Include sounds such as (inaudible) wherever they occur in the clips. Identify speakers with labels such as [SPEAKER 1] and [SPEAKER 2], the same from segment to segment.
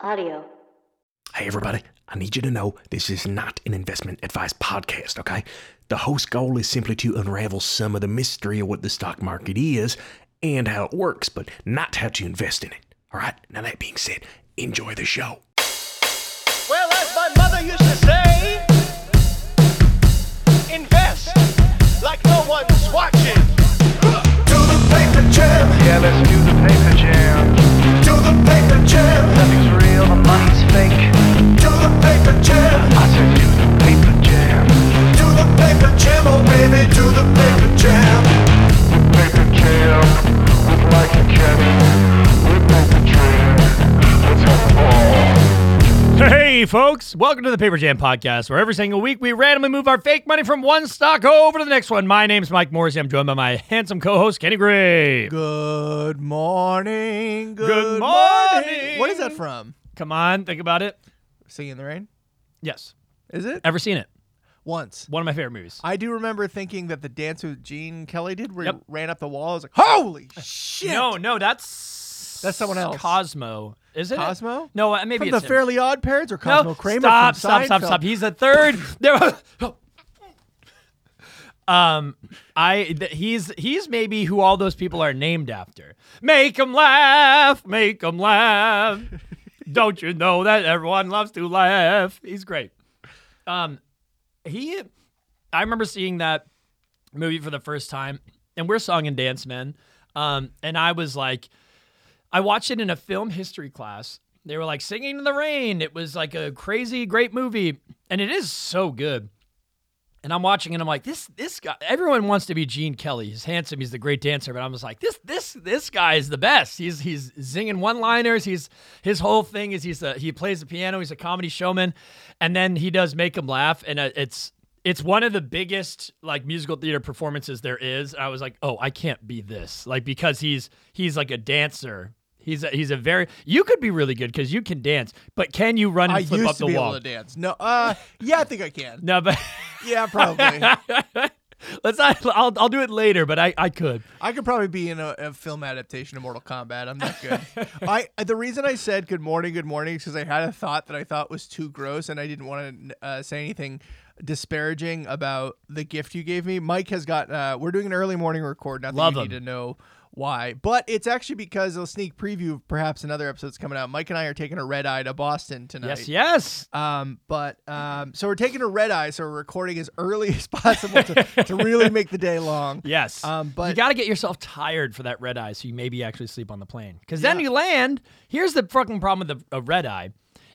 [SPEAKER 1] Audio.
[SPEAKER 2] Hey, everybody, I need you to know this is not an investment advice podcast, okay? The host's goal is simply to unravel some of the mystery of what the stock market is and how it works, but not how to invest in it, all right? Now, that being said, enjoy the show.
[SPEAKER 3] Well, as my mother used to say, invest like no one's watching.
[SPEAKER 4] To the paper jam,
[SPEAKER 5] Yeah, let's do the paper jam.
[SPEAKER 4] to the paper jam,
[SPEAKER 5] Nothing's real, the money's fake.
[SPEAKER 4] to the paper jam,
[SPEAKER 5] I said do the paper jam.
[SPEAKER 4] to the paper jam, oh baby, to the paper jam,
[SPEAKER 5] Paper jam. With like a cannon. With paper jam. Let's have a
[SPEAKER 6] Hey, folks, welcome to the Paper Jam Podcast, where every single week we randomly move our fake money from one stock over to the next one. My name's Mike Morrissey. I'm joined by my handsome co host, Kenny Gray.
[SPEAKER 7] Good morning. Good,
[SPEAKER 6] morning.
[SPEAKER 7] What is that from?
[SPEAKER 6] Come on, think about it.
[SPEAKER 7] Singing in the Rain?
[SPEAKER 6] Yes.
[SPEAKER 7] Is it?
[SPEAKER 6] Ever seen it?
[SPEAKER 7] Once.
[SPEAKER 6] One of my favorite movies.
[SPEAKER 7] I do remember thinking that the dance with Gene Kelly did where
[SPEAKER 6] Yep.
[SPEAKER 7] he ran up the wall. I was like,
[SPEAKER 3] (laughs)
[SPEAKER 7] holy shit.
[SPEAKER 6] No, no, that's
[SPEAKER 7] That's someone else.
[SPEAKER 6] Cosmo. Is it?
[SPEAKER 7] Cosmo?
[SPEAKER 6] No, uh, maybe
[SPEAKER 7] From the
[SPEAKER 6] it's him.
[SPEAKER 7] Fairly Odd Parents or Cosmo
[SPEAKER 6] no,
[SPEAKER 7] Kramer
[SPEAKER 6] Stop,
[SPEAKER 7] from
[SPEAKER 6] stop, stop,
[SPEAKER 7] Seinfeld?
[SPEAKER 6] stop. He's the third. (laughs) There- um, I th- he's he's maybe who all those people are named after. Make 'em laugh, make 'em laugh. Don't you know that everyone loves to laugh? He's great. Um, he, I remember seeing that movie for the first time, and we're song and dance men. Um, and I was like, I watched it in a film history class. They were like singing in the rain. It was like a crazy great movie, and it is so good. And I'm watching, and I'm like, this this guy. Everyone wants to be Gene Kelly. He's handsome. He's the great dancer. But I'm just like, this this this guy is the best. He's he's zinging one liners. He's his whole thing is he's a, he plays the piano. He's a comedy showman, and then he does make him laugh. And uh, it's it's one of the biggest like musical theater performances there is. I was like, oh, I can't be this like because he's he's like a dancer. He's a, he's a very you could be really good because you can dance, but can you run and
[SPEAKER 7] I
[SPEAKER 6] flip
[SPEAKER 7] used
[SPEAKER 6] up
[SPEAKER 7] to
[SPEAKER 6] the
[SPEAKER 7] be
[SPEAKER 6] wall?
[SPEAKER 7] able to dance. No, uh, yeah, I think I can.
[SPEAKER 6] No, but (laughs)
[SPEAKER 7] Yeah, probably.
[SPEAKER 6] let's not. I'll I'll do it later, but I I could.
[SPEAKER 7] I could probably be in a, a film adaptation of Mortal Kombat. I'm not
[SPEAKER 6] (laughs)
[SPEAKER 7] good. I the reason I said good morning, good morning, is because I had a thought that I thought was too gross, and I didn't want to uh, say anything disparaging about the gift you gave me. Mike has got. Uh, we're doing an early morning record. Not that
[SPEAKER 6] Love
[SPEAKER 7] you
[SPEAKER 6] 'em.
[SPEAKER 7] need to know why, but it's actually because a sneak preview of perhaps another episode's coming out. Mike and I are taking a red eye to Boston tonight.
[SPEAKER 6] Yes, yes.
[SPEAKER 7] Um, but um, so we're taking a red eye, so we're recording as early (laughs) as possible to, to really make the day long.
[SPEAKER 6] (laughs) Yes.
[SPEAKER 7] Um, but
[SPEAKER 6] you got to get yourself tired for that red eye so you maybe actually sleep on the plane. Because then you land. Here's the fucking problem with the a red eye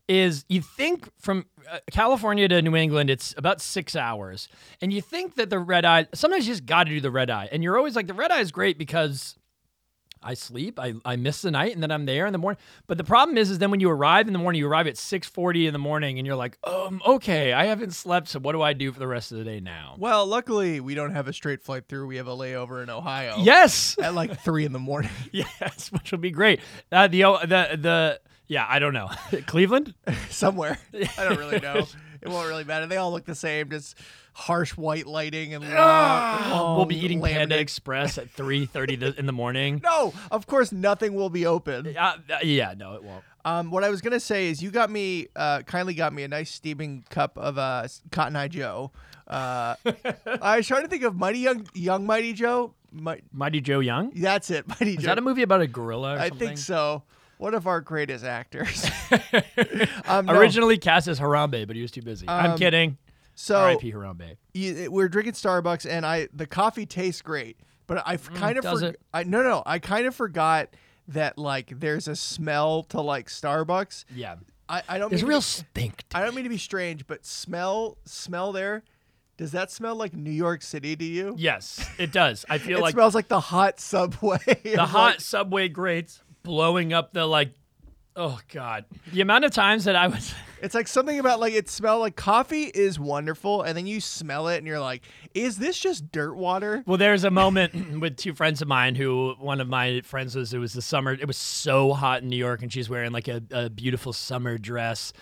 [SPEAKER 6] is you think from uh, California to New England, it's about six hours. And you think that the red eye, sometimes you just got to do the red eye. And you're always like, the red eye is great because I sleep, I, I miss the night, and then I'm there in the morning. But the problem is, is then when you arrive in the morning, you arrive at 6.40 in the morning and you're like, um, okay, I haven't slept. So what do I do for the rest of the day now?
[SPEAKER 7] Well, luckily we don't have a straight flight through. We have a layover in Ohio.
[SPEAKER 6] Yes.
[SPEAKER 7] At like three in the morning. (laughs)
[SPEAKER 6] (laughs) Yes, which will be great. Uh, the the the yeah, I don't know. (laughs) Cleveland? (laughs)
[SPEAKER 7] Somewhere. I don't really know. It won't really matter. They all look the same, just harsh white lighting and long,
[SPEAKER 6] Ah!
[SPEAKER 7] Um,
[SPEAKER 6] we'll be eating Panda
[SPEAKER 7] laminated-
[SPEAKER 6] Express
[SPEAKER 7] (laughs)
[SPEAKER 6] at 3:30 th- in the morning.
[SPEAKER 7] No, of course nothing will be open.
[SPEAKER 6] Uh, uh, yeah, no, it won't.
[SPEAKER 7] Um, what I was gonna say is you got me, uh, kindly got me a nice steaming cup of uh, s- Cotton Eye Joe. Uh, I was trying to think of Mighty Young, Young Mighty Joe. Mi-
[SPEAKER 6] Mighty Joe Young? Is
[SPEAKER 7] that's it, (laughs) Mighty Joe.
[SPEAKER 6] that a movie about a gorilla or
[SPEAKER 7] I
[SPEAKER 6] something?
[SPEAKER 7] think so. One of our greatest
[SPEAKER 6] (laughs)
[SPEAKER 7] actors. um, no.
[SPEAKER 6] Originally cast as Harambe, but he was too busy. I'm
[SPEAKER 7] Um,
[SPEAKER 6] kidding.
[SPEAKER 7] so
[SPEAKER 6] R.I.P. Harambe.
[SPEAKER 7] you, we're drinking Starbucks, and I the coffee tastes great, but I f- kind of
[SPEAKER 6] Mm, does it?
[SPEAKER 7] I, no no I kind of forgot that like there's a smell to like Starbucks.
[SPEAKER 6] Yeah.
[SPEAKER 7] I, I don't
[SPEAKER 6] There's a
[SPEAKER 7] mean
[SPEAKER 6] real
[SPEAKER 7] to be,
[SPEAKER 6] stink. to-
[SPEAKER 7] I don't mean to be strange, but smell smell there. Does that smell like New York City to you?
[SPEAKER 6] Yes, it does. I feel
[SPEAKER 7] it
[SPEAKER 6] like
[SPEAKER 7] smells like the hot subway. (laughs)
[SPEAKER 6] the hot subway grates blowing up the like oh god the amount of times that i was
[SPEAKER 7] It's like something about like it smelled like coffee is wonderful, and then you smell it and you're like, is this just dirt water?
[SPEAKER 6] Well, there's a moment (clears throat) with two friends of mine who one of my friends was, it was the summer, it was so hot in New York and she's wearing like a, a beautiful summer dress.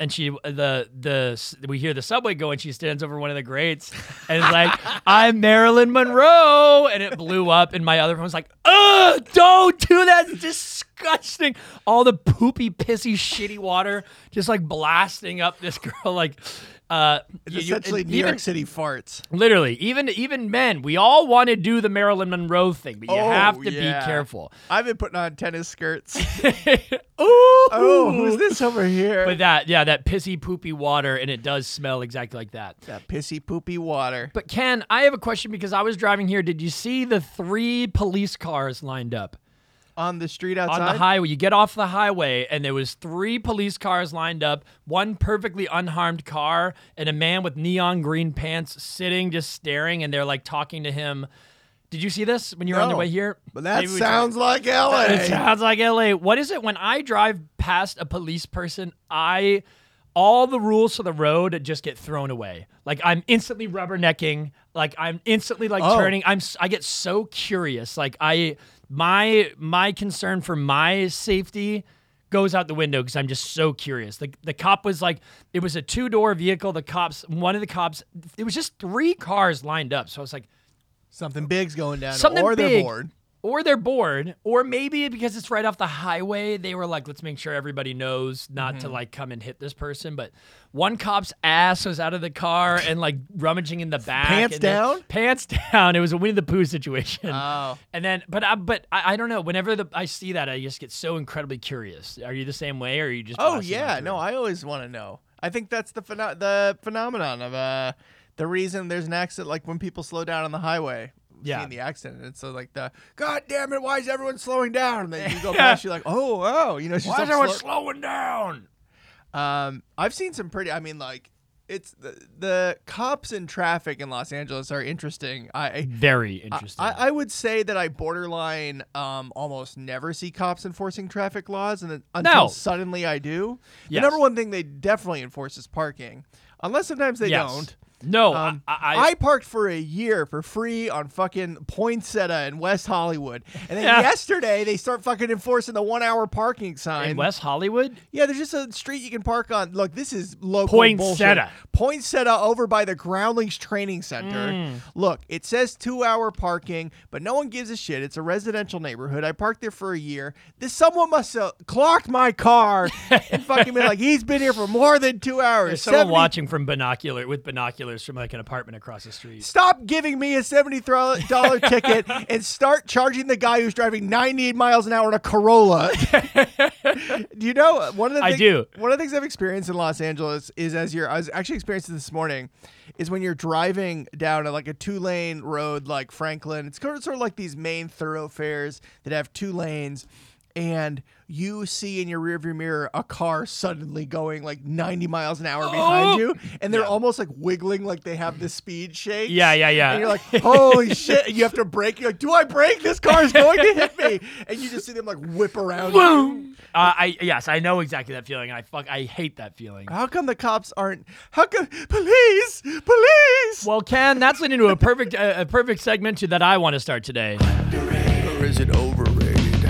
[SPEAKER 6] And she, the, the, we hear the subway go and she stands over one of the grates and
[SPEAKER 7] (laughs)
[SPEAKER 6] is like, I'm Marilyn Monroe. And it blew up. And my other friend was like, ugh, don't do that. It's disgusting. All the poopy, pissy, shitty water just like blasting up this (laughs) girl. Like, uh,
[SPEAKER 7] It's
[SPEAKER 6] you- you-
[SPEAKER 7] essentially
[SPEAKER 6] and
[SPEAKER 7] New
[SPEAKER 6] even-
[SPEAKER 7] York City farts.
[SPEAKER 6] Literally, even even men, we all want to do the Marilyn Monroe thing, but you
[SPEAKER 7] Oh,
[SPEAKER 6] have to
[SPEAKER 7] yeah.
[SPEAKER 6] be careful.
[SPEAKER 7] I've been putting on tennis skirts.
[SPEAKER 6] (laughs) Ooh, oh,
[SPEAKER 7] oh, who's this over here?
[SPEAKER 6] But that, yeah, that pissy poopy water, and it does smell exactly like that.
[SPEAKER 7] that pissy poopy water.
[SPEAKER 6] But Ken, I have a question because I was driving here. Did you see the three police cars lined up
[SPEAKER 7] On the street outside.
[SPEAKER 6] on the highway? You get off the highway, and there was three police cars lined up, one perfectly unharmed car, and a man with neon green pants sitting just staring, and they're like talking to him. Did you see this when you were on the
[SPEAKER 7] No.
[SPEAKER 6] way here?
[SPEAKER 7] But that
[SPEAKER 6] Maybe we talk-
[SPEAKER 7] sounds like LA.
[SPEAKER 6] It sounds like LA. What is it when I drive past a police person? I all the rules to the road just get thrown away. Like I'm instantly rubbernecking. Like I'm instantly like
[SPEAKER 7] Oh.
[SPEAKER 6] turning. I'm s- I get so curious. Like I my my concern for my safety goes out the window because I'm just so curious. The the cop was like it was a two door vehicle. The cops one of the cops it was just three cars lined up. So I was like
[SPEAKER 7] Something big's going down,
[SPEAKER 6] something
[SPEAKER 7] or they're
[SPEAKER 6] big,
[SPEAKER 7] bored.
[SPEAKER 6] or they're bored, or maybe because it's right off the highway, they were like, "Let's make sure everybody knows not
[SPEAKER 7] Mm-hmm.
[SPEAKER 6] to like come and hit this person." But one cop's ass was out of the car and like
[SPEAKER 7] (laughs)
[SPEAKER 6] rummaging in the back,
[SPEAKER 7] Pants
[SPEAKER 6] and then-
[SPEAKER 7] down?
[SPEAKER 6] pants (laughs) down. It was a Winnie the Pooh situation.
[SPEAKER 7] Oh.
[SPEAKER 6] and then but I, but I, I don't know. Whenever the, I see that, I just get so incredibly curious. Are you the same way, or are you just?
[SPEAKER 7] Oh
[SPEAKER 6] passing
[SPEAKER 7] yeah,
[SPEAKER 6] on
[SPEAKER 7] no, I always want to know. I think that's the pheno- the phenomenon of uh the reason there's an accident like when people slow down on the highway. we've
[SPEAKER 6] Yeah.
[SPEAKER 7] seen the accident. It's so like the God damn it! Why is everyone slowing down? And then you
[SPEAKER 6] (laughs)
[SPEAKER 7] go past, you're like, oh, oh, you know, she's up
[SPEAKER 6] through it? Why is everyone
[SPEAKER 7] slow-
[SPEAKER 6] slowing down?
[SPEAKER 7] Um, I've seen some pretty. I mean, like it's the, the cops in traffic in Los Angeles are interesting. I
[SPEAKER 6] Very interesting.
[SPEAKER 7] I, I would say that I borderline um, almost never see cops enforcing traffic laws, and then until
[SPEAKER 6] No.
[SPEAKER 7] suddenly I do.
[SPEAKER 6] Yes.
[SPEAKER 7] The number one thing they definitely enforce is parking, unless sometimes they
[SPEAKER 6] Yes.
[SPEAKER 7] don't.
[SPEAKER 6] No, I-
[SPEAKER 7] Um,
[SPEAKER 6] I,
[SPEAKER 7] I, parked for a year for free on fucking Poinsettia in West Hollywood, and then
[SPEAKER 6] (laughs) Yeah.
[SPEAKER 7] yesterday they start fucking enforcing the one-hour parking sign.
[SPEAKER 6] in West Hollywood.
[SPEAKER 7] Yeah, there's just a street you can park on. Look, this is local
[SPEAKER 6] Poinsettia.
[SPEAKER 7] bullshit. Poinsettia over by the Groundlings Training Center.
[SPEAKER 6] Mm.
[SPEAKER 7] Look, it says two-hour parking, but no one gives a shit. It's a residential neighborhood. I parked there for a year. This someone must have clocked my
[SPEAKER 6] (laughs)
[SPEAKER 7] car and fucking been like, he's been here for more than two hours.
[SPEAKER 6] There's someone
[SPEAKER 7] 70
[SPEAKER 6] watching from binocular with binoculars from like an apartment across the street.
[SPEAKER 7] Stop giving me a seventy-three dollar
[SPEAKER 6] (laughs)
[SPEAKER 7] ticket and start charging the guy who's driving ninety-eight miles an hour in a Corolla.
[SPEAKER 6] (laughs)
[SPEAKER 7] do you know uh, one of the
[SPEAKER 6] I
[SPEAKER 7] thing-
[SPEAKER 6] do.
[SPEAKER 7] one of the things I've experienced in Los Angeles is as you're I was actually experiencing this morning is when you're driving down a, like a two-lane road like Franklin. It's kind of sort of like these main thoroughfares that have two lanes. And you see in your rearview mirror a car suddenly going like 90 miles an hour
[SPEAKER 6] (gasps)
[SPEAKER 7] behind you, and they're almost like wiggling like they have this speed shake brakes.
[SPEAKER 6] Yeah, yeah, yeah.
[SPEAKER 7] And you're like, holy shit! And you have to brake. You're like, do I brake? This car is going to hit me. And you just see them like whip around.
[SPEAKER 6] Boom. (laughs) Uh, I yes, I know exactly that feeling. and I fuck, I hate that feeling.
[SPEAKER 7] How come the cops aren't? How come police? Police?
[SPEAKER 6] Well, Ken, that's leading to a perfect uh, a perfect segment to that I want to start today.
[SPEAKER 1] Or is it overrated?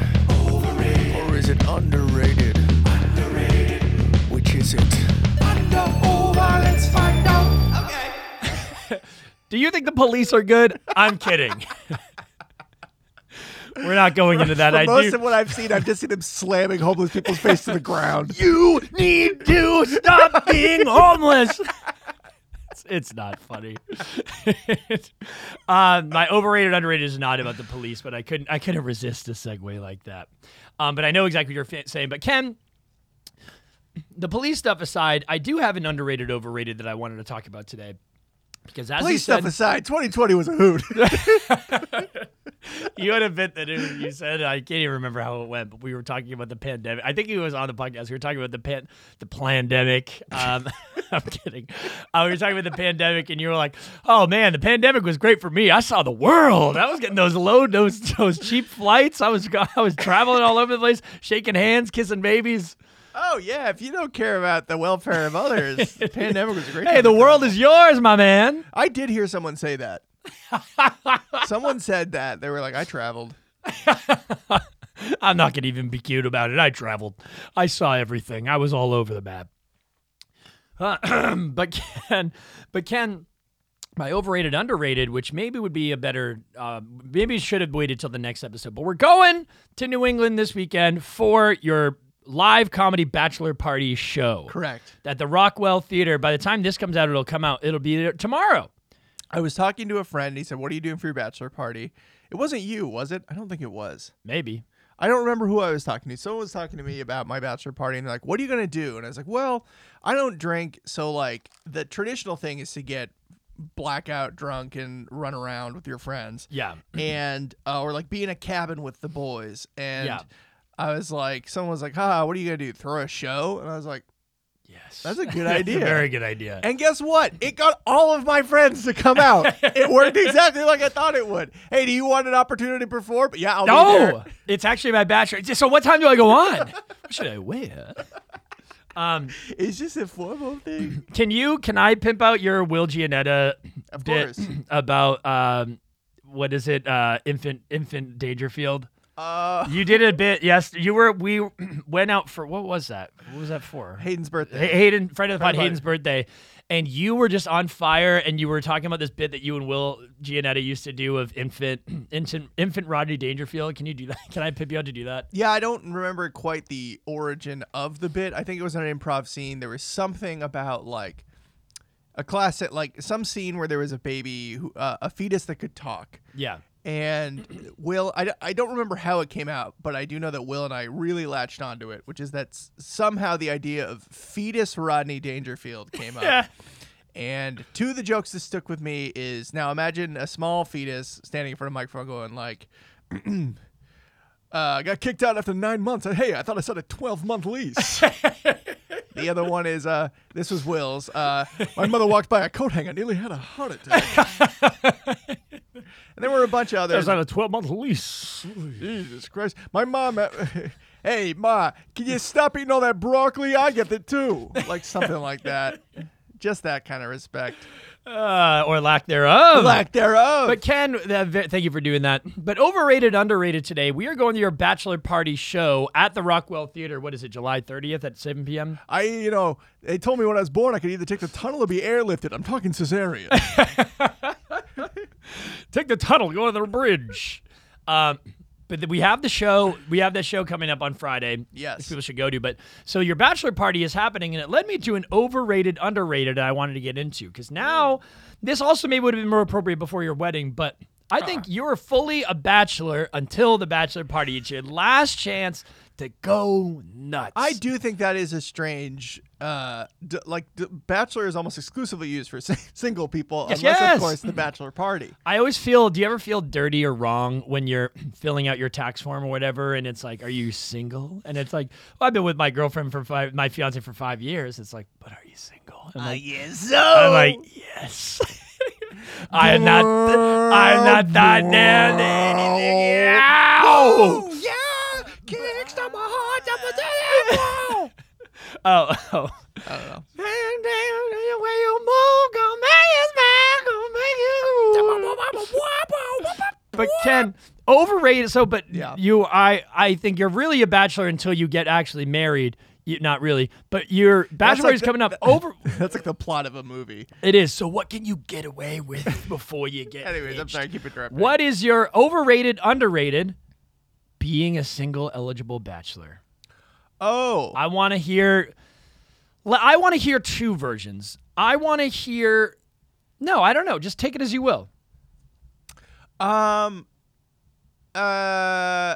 [SPEAKER 1] Overrated. Or is it underrated? Underrated. Which is it?
[SPEAKER 6] Do you think the police are good? I'm kidding. (laughs) We're not going into that.
[SPEAKER 7] For
[SPEAKER 6] I
[SPEAKER 7] most
[SPEAKER 6] do.
[SPEAKER 7] of what I've seen, I've just seen them slamming homeless people's face to the ground.
[SPEAKER 6] (laughs) you need to stop being homeless. It's- It's not funny. (laughs) um, my overrated, underrated is not about the police, but I couldn't, I couldn't resist a segue like that. Um, but I know exactly what you're fa- saying. But Ken, the police stuff aside, I do have an underrated, overrated that I wanted to talk about today. Because as you
[SPEAKER 7] Police
[SPEAKER 6] said,
[SPEAKER 7] stuff aside, 2020 was a
[SPEAKER 6] (laughs)
[SPEAKER 7] hoot.
[SPEAKER 6] you had a bit that it- you said I can't even remember how it went, but we were talking about the pandemic. I think it was on the podcast. We were talking about the pan, the pandemic. Um, (laughs) I'm kidding. Uh, we were talking about the pandemic, and you were like, "Oh man, the pandemic was great for me. I saw the world. I was getting those low, those those cheap flights. I was I was traveling all over the place, shaking hands, kissing babies."
[SPEAKER 7] Oh yeah, if you don't care about the welfare of
[SPEAKER 6] (laughs)
[SPEAKER 7] others, the pandemic was a great.
[SPEAKER 6] Hey,
[SPEAKER 7] time
[SPEAKER 6] the
[SPEAKER 7] to
[SPEAKER 6] world is yours, my man.
[SPEAKER 7] I did hear someone say
[SPEAKER 6] (laughs)
[SPEAKER 7] that. someone said that they were like, "I traveled."
[SPEAKER 6] I'm not going to even be cute about it. I traveled. I saw everything. I was all over the map. (clears throat) Uh, but Ken, but Ken, my overrated, underrated, which maybe would be a better, uh, maybe should have waited till the next episode. But we're going to New England this weekend for your live comedy bachelor party show.
[SPEAKER 7] Correct.
[SPEAKER 6] At the Rockwell Theater. By the time this comes out, it'll come out. It'll be there tomorrow.
[SPEAKER 7] I was talking to a friend. He said, "What are you doing for your bachelor party?" It wasn't you, was it? I don't think it was.
[SPEAKER 6] Maybe.
[SPEAKER 7] I don't remember who I was talking to. Someone was talking to me about my bachelor party and they're like, "What are you going to do?" And I was like, "Well, I don't drink, so like the traditional thing is to get blackout drunk and run around with your friends."
[SPEAKER 6] Yeah. Mm-hmm.
[SPEAKER 7] and uh, or like be in a cabin with the boys. And
[SPEAKER 6] Yeah.
[SPEAKER 7] I was like, someone was like, "Ha, what are you gonna do? Throw a show?" And I was like,
[SPEAKER 6] Yes.
[SPEAKER 7] "That's a
[SPEAKER 6] (laughs)
[SPEAKER 7] good idea."
[SPEAKER 6] Very good idea.
[SPEAKER 7] And guess what? It got all of my friends to come
[SPEAKER 6] (laughs)
[SPEAKER 7] out. it worked exactly like I thought it would. Hey, do you want an opportunity to perform? Yeah, I'll be there.
[SPEAKER 6] No, it's actually my bachelor. So what time do I go
[SPEAKER 7] (laughs)
[SPEAKER 6] on? what should I wear? Um,
[SPEAKER 7] It's just a formal thing.
[SPEAKER 6] can you can I pimp out your Will Gianetta
[SPEAKER 7] Of
[SPEAKER 6] bit
[SPEAKER 7] course.
[SPEAKER 6] (clears throat) about um, what is it? Uh, infant infant Dangerfield.
[SPEAKER 7] Uh,
[SPEAKER 6] You did a bit. Yes, you were. We (clears throat) went out for what was that? What was that for?
[SPEAKER 7] Hayden's
[SPEAKER 6] Hay-
[SPEAKER 7] birthday.
[SPEAKER 6] Hayden, friend of the pod,
[SPEAKER 7] of the pod.
[SPEAKER 6] Hayden's birthday, and you were just on fire, and you were talking about this bit that you and Will Gianetta used to do of infant, (clears throat) infant, infant Rodney Dangerfield. Can you do that? (laughs) Can I pimp you out to do that?
[SPEAKER 7] Yeah, I don't remember quite the origin of the bit. I think it was on an improv scene. There was something about like a classic, like some scene where there was a baby, who, uh, a fetus that could talk.
[SPEAKER 6] Yeah.
[SPEAKER 7] And Will, I, d- I don't remember how it came out, but I do know that Will and I really latched onto it, which is that s- somehow the idea of fetus Rodney Dangerfield came up. And two of the jokes that stuck with me is now imagine a small fetus standing in front of a microphone going like, (clears throat) uh, I got kicked out after nine months. Hey, I thought I said a 12 month lease. the other one is uh, this was Will's. Uh, my mother walked by a coat hanger, nearly had a heart attack. and there were a bunch of others.
[SPEAKER 6] a 12 month lease.
[SPEAKER 7] Jesus Christ. My mom. uh, (laughs) hey, Ma, can you stop eating all that broccoli? I get it too. Like something like that. Just that kind of respect.
[SPEAKER 6] Uh, or lack thereof.
[SPEAKER 7] Lack thereof.
[SPEAKER 6] But Ken, uh, ve- thank you for doing that. But overrated, underrated today, we are going to your bachelor party show at the Rockwell Theater. What is it, July 30th at 7 p.m.?
[SPEAKER 7] I, you know, they told me when I was born I could either take the tunnel or be airlifted. I'm talking (laughs) cesarean.
[SPEAKER 6] Take the tunnel, go to the bridge. Um, but th- we have the show. We have that show coming up on Friday.
[SPEAKER 7] Yes.
[SPEAKER 6] which people should go to. But so your bachelor party is happening, and it led me to an overrated, underrated. I wanted to get into because now this also maybe would have been more appropriate before your wedding, but. I think you're fully a bachelor until the bachelor party. It's your last chance to go nuts.
[SPEAKER 7] I do think that is a strange, uh, d- like d- bachelor is almost exclusively used for (laughs) sing- single people,
[SPEAKER 6] Yes,
[SPEAKER 7] unless
[SPEAKER 6] yes.
[SPEAKER 7] of course the bachelor party.
[SPEAKER 6] I always feel. Do you ever feel dirty or wrong when you're (clears throat) filling out your tax form or whatever? And it's like, are you single? And it's like, well, I've been with my girlfriend for five, my fiance for five years. It's like, but are you single? I'm like,
[SPEAKER 7] yes,
[SPEAKER 6] I'm like, yes. (laughs) I am not. th- I am not that down to anything. Ow!
[SPEAKER 7] (laughs) yeah, kick stop my heart, stop my
[SPEAKER 6] (laughs) Oh,
[SPEAKER 7] (laughs)
[SPEAKER 6] oh. But Ken, overrated. So, but
[SPEAKER 7] Yeah.
[SPEAKER 6] you, I, I think you're really a bachelor until you get actually married. You, not really, but your bachelor
[SPEAKER 7] like
[SPEAKER 6] is
[SPEAKER 7] the- (laughs)
[SPEAKER 6] coming up. Over
[SPEAKER 7] That's like the plot of a movie.
[SPEAKER 6] it is. So, what can you get away with (laughs) before you get?
[SPEAKER 7] Anyways, I'm
[SPEAKER 6] hitched?
[SPEAKER 7] sorry, keep interrupting.
[SPEAKER 6] What is your overrated, underrated? Being a single eligible bachelor.
[SPEAKER 7] Oh,
[SPEAKER 6] I want to hear. le- I want to hear two versions. I want to hear. No, I don't know. Just take it as you will.
[SPEAKER 7] um, uh,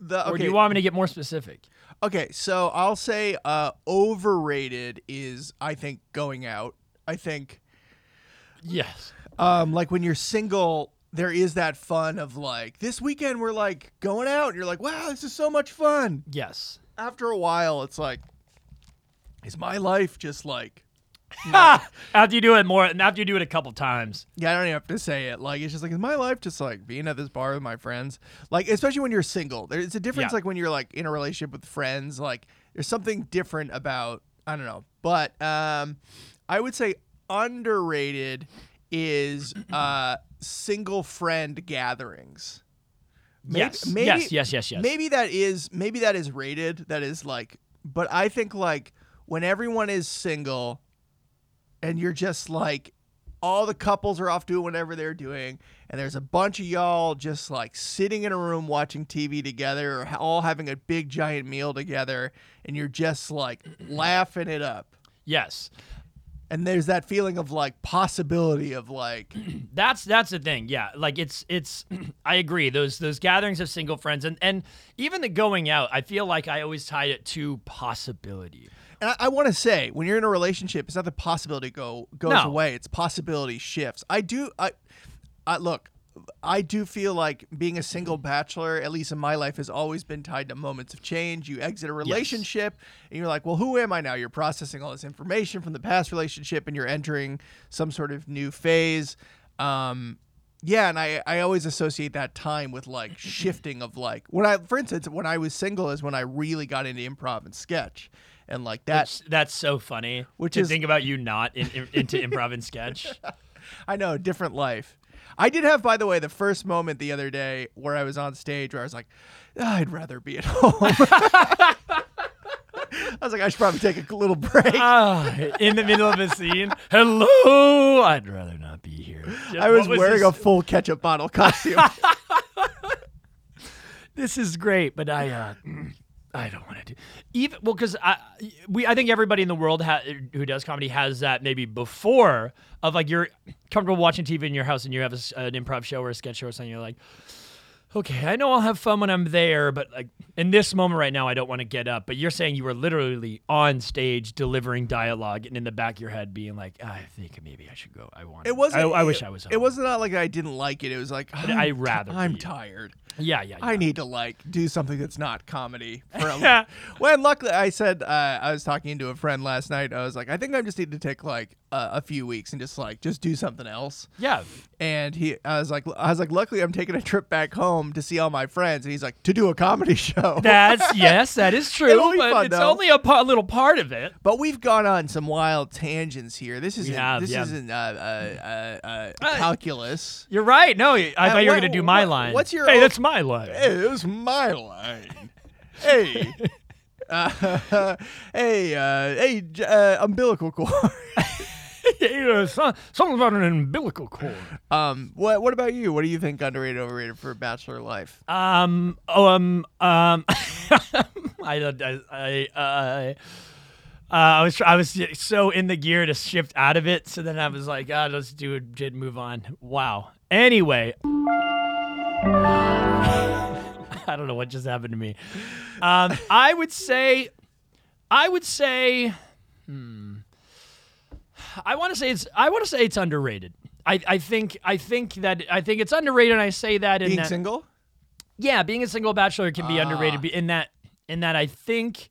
[SPEAKER 7] the
[SPEAKER 6] Or
[SPEAKER 7] okay.
[SPEAKER 6] do you want me to get more specific?
[SPEAKER 7] Okay, so I'll say uh, overrated is I think going out. I think
[SPEAKER 6] Yes.
[SPEAKER 7] um, like when you're single, there is that fun of like this weekend we're like going out. And you're like, wow, this is so much fun.
[SPEAKER 6] Yes.
[SPEAKER 7] After a while, it's like, is my life just like
[SPEAKER 6] after you do it more, and after you do it a couple times,
[SPEAKER 7] Yeah, I don't even have to say it. Like, it's just like, is my life just like being at this bar with my friends? Like, especially when you're single. There's a difference,
[SPEAKER 6] Yeah.
[SPEAKER 7] like, when you're like in a relationship with friends. Like, there's something different about, I don't know. But um, I would say underrated is uh, single friend gatherings. Maybe-
[SPEAKER 6] yes,
[SPEAKER 7] maybe-
[SPEAKER 6] yes, yes, yes, yes.
[SPEAKER 7] Maybe that is maybe that is rated. That is like, but I think like when everyone is single, and you're just like, all the couples are off doing whatever they're doing, and there's a bunch of y'all just like sitting in a room watching TV together, or ha- all having a big giant meal together, and you're just like (clears throat) laughing it up.
[SPEAKER 6] yes.
[SPEAKER 7] And there's that feeling of like possibility of like,
[SPEAKER 6] That's that's the thing. Yeah, like it's it's. (clears throat) I agree. Those those gatherings of single friends and and even the going out. I feel like I always tied it to possibility.
[SPEAKER 7] And I, I want to say, when you're in a relationship, it's not the possibility go goes
[SPEAKER 6] No.
[SPEAKER 7] away. It's possibility shifts. I do. I, I look. I do feel like being a single bachelor, at least in my life, has always been tied to moments of change. You exit a relationship, and you're like, "Well, who am I now?" You're processing all this information from the past relationship, and you're entering some sort of new phase. Um, yeah, and I, I always associate that time with like shifting of like when I, for instance, when I was single is when I really got into improv and sketch, and like that.
[SPEAKER 6] That's that's so funny.
[SPEAKER 7] Which
[SPEAKER 6] to
[SPEAKER 7] is-
[SPEAKER 6] think about you not in, in- into improv and sketch.
[SPEAKER 7] I know, different life. I did have, by the way, the first moment the other day where I was on stage where I was like, "Ah, I'd rather be at (laughs) home. I was like, I should probably take a little break.
[SPEAKER 6] Ah, in the middle of a scene. Hello, I'd rather not be here.
[SPEAKER 7] I was, wearing
[SPEAKER 6] this?
[SPEAKER 7] a full ketchup bottle costume.
[SPEAKER 6] (laughs) This is great, but I. Uh, I don't want to do even well because I we I think everybody in the world ha- who does comedy has that maybe before of like you're comfortable watching TV in your house and you have a s an improv show or a sketch show or something you're like okay I know I'll have fun when I'm there but like in this moment right now I don't want to get up but you're saying you were literally on stage delivering dialogue and in the back of your head being like I think maybe I should go I want
[SPEAKER 7] It wasn't.
[SPEAKER 6] I, I
[SPEAKER 7] it-
[SPEAKER 6] wish I was home.
[SPEAKER 7] It wasn't not like I didn't like it. It was like I'm
[SPEAKER 6] I
[SPEAKER 7] ti-
[SPEAKER 6] rather
[SPEAKER 7] I'm
[SPEAKER 6] be.
[SPEAKER 7] tired.
[SPEAKER 6] yeah yeah, yeah.
[SPEAKER 7] I need to like do something that's not comedy. For
[SPEAKER 6] (laughs)
[SPEAKER 7] a, well, and luckily, I said uh, I was talking to a friend last night. I was like, I think I just need to take like a a few weeks and just like just do something else.
[SPEAKER 6] yeah
[SPEAKER 7] And he, I was like, I was like, luckily, I'm taking a trip back home to see all my friends. And he's like, to do a comedy (laughs) show.
[SPEAKER 6] That's yes, that
[SPEAKER 7] (laughs)
[SPEAKER 6] is true.
[SPEAKER 7] It'll be
[SPEAKER 6] but
[SPEAKER 7] fun,
[SPEAKER 6] it's
[SPEAKER 7] though.
[SPEAKER 6] only a pa- little part of it.
[SPEAKER 7] but we've gone on some wild tangents here. This isn't.
[SPEAKER 6] have,
[SPEAKER 7] this
[SPEAKER 6] yeah.
[SPEAKER 7] isn't uh, uh, uh, uh,
[SPEAKER 6] Uh,
[SPEAKER 7] calculus.
[SPEAKER 6] You're right. No, I
[SPEAKER 7] Uh,
[SPEAKER 6] thought you were
[SPEAKER 7] what-
[SPEAKER 6] gonna do my
[SPEAKER 7] what-
[SPEAKER 6] line.
[SPEAKER 7] what's your
[SPEAKER 6] Hey,
[SPEAKER 7] own-
[SPEAKER 6] that's my line. (laughs)
[SPEAKER 7] Hey, it was my line. Hey. Uh, (laughs) hey, uh, hey, j- uh, umbilical cord. (laughs)
[SPEAKER 6] Yeah, so- something about an umbilical cord.
[SPEAKER 7] um, what what about you? What do you think underrated, overrated for bachelor life?
[SPEAKER 6] Um. Oh. Um. Um. (laughs) I. don't- I. I. Uh, uh, I was. tr- I was so in the gear to shift out of it. So then I was like, "Ah, let's do it. Did move on." Wow. Anyway. (laughs) I don't know what just happened to me. Um, I would say, I would say, hmm, I want to say it's, I want to say it's underrated. I, I think, I think that, I think it's underrated. And I say that in
[SPEAKER 7] Being
[SPEAKER 6] that,
[SPEAKER 7] single?
[SPEAKER 6] yeah, being a single bachelor can be underrated be- in that in that I think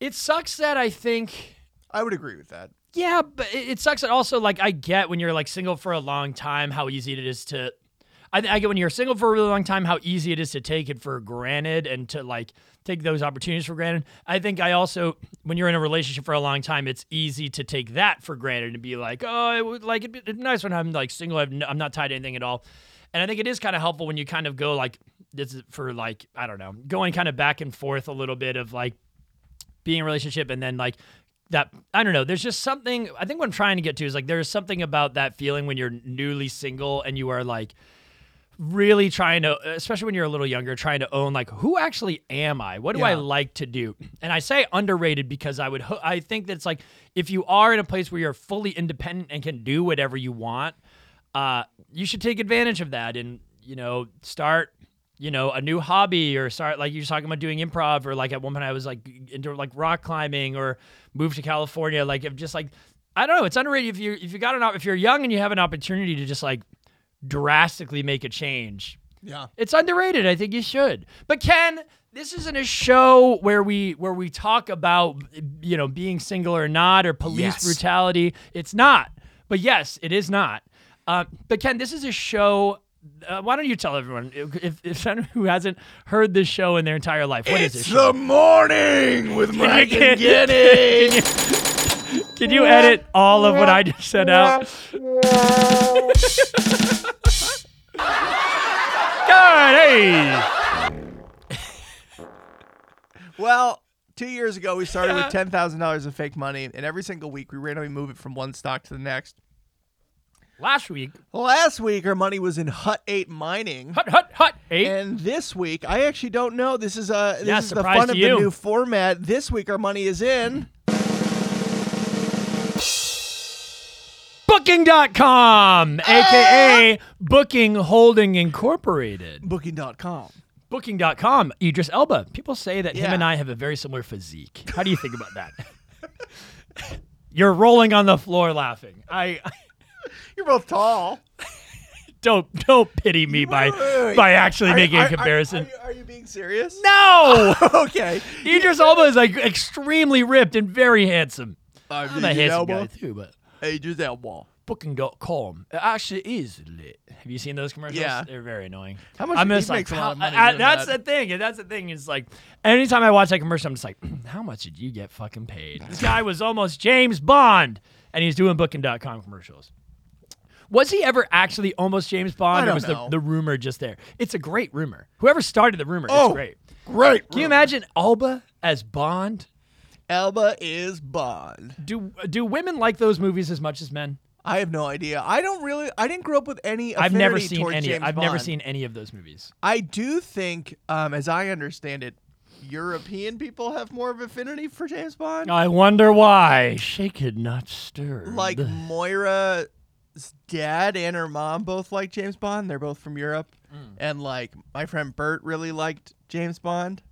[SPEAKER 6] it sucks that I think
[SPEAKER 7] I would agree with that.
[SPEAKER 6] yeah, but it, it sucks that also like I get when you're like single for a long time how easy it is to I, I get when you're single for a really long time how easy it is to take it for granted and to like take those opportunities for granted. I think I also when you're in a relationship for a long time, it's easy to take that for granted and be like, oh, it would like it'd be, it'd be nice when I'm like single. I've n- I'm not tied to anything at all. And I think it is kind of helpful when you kind of go like this is for like I don't know going kind of back and forth a little bit of like being in a relationship and then like that I don't know. There's just something I think what I'm trying to get to is like there's something about that feeling when you're newly single and you are like really trying to especially when you're a little younger trying to own like who actually am I? What do I
[SPEAKER 7] Yeah.
[SPEAKER 6] like to do? And I say underrated because I would ho- I think that it's like if you are in a place where you're fully independent and can do whatever you want, uh you should take advantage of that and you know start you know, a new hobby or start like you're talking about doing improv or like at one point I was like into like rock climbing or moved to California. Like if just like I don't know, it's underrated if you if you got an op- if you're young and you have an opportunity to just like drastically make a change.
[SPEAKER 7] Yeah.
[SPEAKER 6] It's underrated. I think you should. But Ken, this isn't a show where we where we talk about you know being single or not or police
[SPEAKER 2] Yes.
[SPEAKER 6] brutality. It's not. But yes, it is not. Uh, but Ken, this is a show. Uh, why don't you tell everyone if, if, if anyone who hasn't heard this show in their entire life? What is
[SPEAKER 4] It's
[SPEAKER 6] this show?
[SPEAKER 4] the
[SPEAKER 7] (laughs)
[SPEAKER 4] morning with Mike
[SPEAKER 6] (laughs)
[SPEAKER 4] and
[SPEAKER 6] get
[SPEAKER 4] Getty.
[SPEAKER 6] Can you edit all of what I just said (laughs) out? God, hey.
[SPEAKER 7] Well, two years ago, we started
[SPEAKER 6] (laughs)
[SPEAKER 7] with ten thousand dollars of fake money, and every single week we randomly move it from one stock to the next.
[SPEAKER 6] Last week,
[SPEAKER 7] Last week, our money was in Hut Eight Mining.
[SPEAKER 6] hut hut hut eight.
[SPEAKER 7] And this week, I actually don't know. This is uh, this
[SPEAKER 6] Yeah,
[SPEAKER 7] is the
[SPEAKER 6] surprise
[SPEAKER 7] fun
[SPEAKER 6] to
[SPEAKER 7] of
[SPEAKER 6] you.
[SPEAKER 7] the new format. This week, our money is
[SPEAKER 6] (clears throat)
[SPEAKER 7] in.
[SPEAKER 6] (laughs) Booking.com, aka Booking Holding Incorporated.
[SPEAKER 7] Booking.com.
[SPEAKER 6] Booking.com, Idris Elba. People say that him
[SPEAKER 7] Yeah.
[SPEAKER 6] and I have a very similar physique. How do you think about that? (laughs) You're rolling on the floor laughing. I
[SPEAKER 7] You're both tall.
[SPEAKER 6] don't don't pity me by
[SPEAKER 7] wait, wait.
[SPEAKER 6] by actually making
[SPEAKER 7] Are-
[SPEAKER 6] a
[SPEAKER 7] are-
[SPEAKER 6] comparison.
[SPEAKER 7] Are, you, are you being serious?
[SPEAKER 6] no,
[SPEAKER 7] (laughs) Okay.
[SPEAKER 6] Idris Elba is like extremely ripped and very handsome. I'm a handsome guy too, but
[SPEAKER 7] Hey, just Elba.
[SPEAKER 6] Booking.com. It actually is lit. Have you seen those commercials?
[SPEAKER 7] Yeah.
[SPEAKER 6] They're very annoying.
[SPEAKER 7] How much-
[SPEAKER 6] I'm
[SPEAKER 7] he
[SPEAKER 6] just like,
[SPEAKER 7] makes a lot of
[SPEAKER 6] how-
[SPEAKER 7] money
[SPEAKER 6] I- I-
[SPEAKER 7] doing
[SPEAKER 6] that's
[SPEAKER 7] that.
[SPEAKER 6] the thing. and That's the thing. It's like, anytime I watch that commercial, I'm just like, (clears throat) how much did you get fucking paid? This guy was almost James Bond, and he's doing Booking.com commercials. Was he ever actually almost James Bond?
[SPEAKER 7] don't
[SPEAKER 6] or was
[SPEAKER 7] know.
[SPEAKER 6] The, the rumor just there? It's a great rumor. Whoever started the rumor is
[SPEAKER 7] Oh,
[SPEAKER 6] great.
[SPEAKER 7] Great.
[SPEAKER 6] Can you imagine Alba as Bond?
[SPEAKER 7] Elba is Bond.
[SPEAKER 6] Do do women like those movies as much as men?
[SPEAKER 7] I have no idea. I don't really. I didn't grow up with any.
[SPEAKER 6] I've never
[SPEAKER 7] affinity
[SPEAKER 6] seen
[SPEAKER 7] towards
[SPEAKER 6] any.
[SPEAKER 7] James
[SPEAKER 6] I've never
[SPEAKER 7] Bond.
[SPEAKER 6] seen any of those movies.
[SPEAKER 7] I do think, um, as I understand it, European people have more of affinity for James Bond.
[SPEAKER 6] I wonder why. She could not stir.
[SPEAKER 7] Like Moira's dad and her mom both like James Bond. They're both from Europe,
[SPEAKER 6] Mm.
[SPEAKER 7] and like my friend Bert really liked James Bond.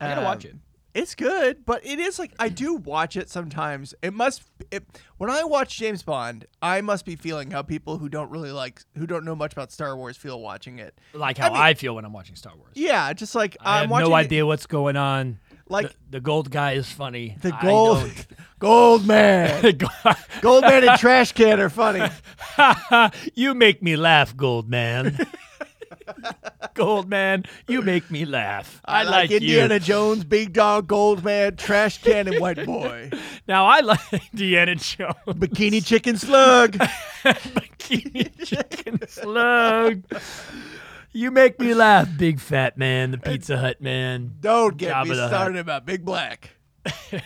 [SPEAKER 6] I gotta watch
[SPEAKER 7] Um,
[SPEAKER 6] it.
[SPEAKER 7] It's good, but it is like I do watch it sometimes. It must it, when I watch James Bond, I must be feeling how people who don't really like who don't know much about Star Wars feel watching it.
[SPEAKER 6] Like how I,
[SPEAKER 7] mean-
[SPEAKER 6] feel when I'm watching Star Wars.
[SPEAKER 7] Yeah, just like
[SPEAKER 6] I
[SPEAKER 7] am
[SPEAKER 6] have
[SPEAKER 7] watching
[SPEAKER 6] no
[SPEAKER 7] it-
[SPEAKER 6] idea what's going on.
[SPEAKER 7] Like-
[SPEAKER 6] the, the gold guy is funny.
[SPEAKER 7] the
[SPEAKER 6] I
[SPEAKER 7] gold
[SPEAKER 6] don't-
[SPEAKER 7] (laughs) gold man.
[SPEAKER 6] The (laughs) go-
[SPEAKER 7] Gold man and trash can are
[SPEAKER 6] (laughs)
[SPEAKER 7] funny.
[SPEAKER 6] you make me laugh,
[SPEAKER 7] (laughs)
[SPEAKER 6] gold man. gold man, you make me laugh. I, like,
[SPEAKER 7] Indiana
[SPEAKER 6] you.
[SPEAKER 7] Jones, Big Dog, Gold Man, Trash Can, and White Boy.
[SPEAKER 6] Now I like (laughs) Indiana Jones.
[SPEAKER 7] Bikini Chicken Slug. (laughs)
[SPEAKER 6] Bikini chicken slug. You make me laugh, big fat man, the Pizza
[SPEAKER 7] (laughs)
[SPEAKER 6] Hut man.
[SPEAKER 7] Don't get
[SPEAKER 6] Jabba
[SPEAKER 7] me
[SPEAKER 6] the Hutt.
[SPEAKER 7] started about Big Black.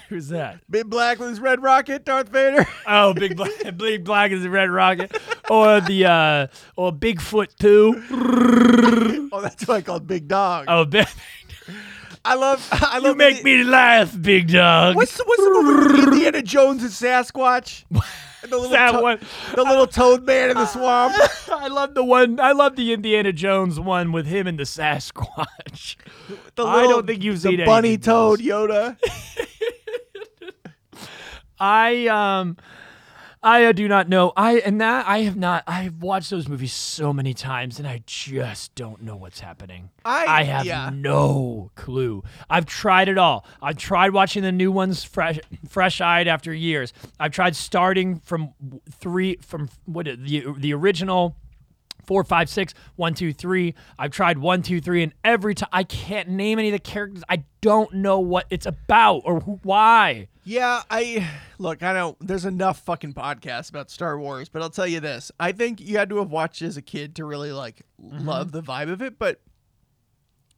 [SPEAKER 6] Who's that?
[SPEAKER 7] Big Black with his red rocket, Darth Vader. (laughs)
[SPEAKER 6] Oh, Big Black, Big Black is the Red Rocket, or the uh, or Bigfoot too.
[SPEAKER 7] Oh, that's why I called Big Dog.
[SPEAKER 6] Oh, (laughs) Big,
[SPEAKER 7] I love. I love.
[SPEAKER 6] you make
[SPEAKER 7] the-
[SPEAKER 6] me laugh, Big Dog. (laughs)
[SPEAKER 7] What's the, what's the movie? with Indiana Jones and Sasquatch. And the little
[SPEAKER 6] that
[SPEAKER 7] to-
[SPEAKER 6] one?
[SPEAKER 7] The little Toad Man
[SPEAKER 6] (laughs)
[SPEAKER 7] in the swamp.
[SPEAKER 6] I love the one. I love the Indiana Jones one with him and the Sasquatch.
[SPEAKER 7] The
[SPEAKER 6] I
[SPEAKER 7] little-
[SPEAKER 6] don't think you've
[SPEAKER 7] the
[SPEAKER 6] seen
[SPEAKER 7] bunny
[SPEAKER 6] anything
[SPEAKER 7] Toad Yoda.
[SPEAKER 6] I um I uh, do not know. I and that I have not I've watched those movies so many times and I just don't know what's happening.
[SPEAKER 7] I-
[SPEAKER 6] have
[SPEAKER 7] yeah.
[SPEAKER 6] no clue. I've tried it all. I've tried watching the new ones fresh fresh eyed after years. I've tried starting from w- 3 from what it- the the original four, five, six, one, two, three. I've tried one, two, three, and every time I can't name any of the characters. I don't know what it's about or who, why.
[SPEAKER 7] Yeah, I look. I don't. There's enough fucking podcasts about Star Wars, but I'll tell you this: I think you had to have watched as a kid to really like love the vibe of it. But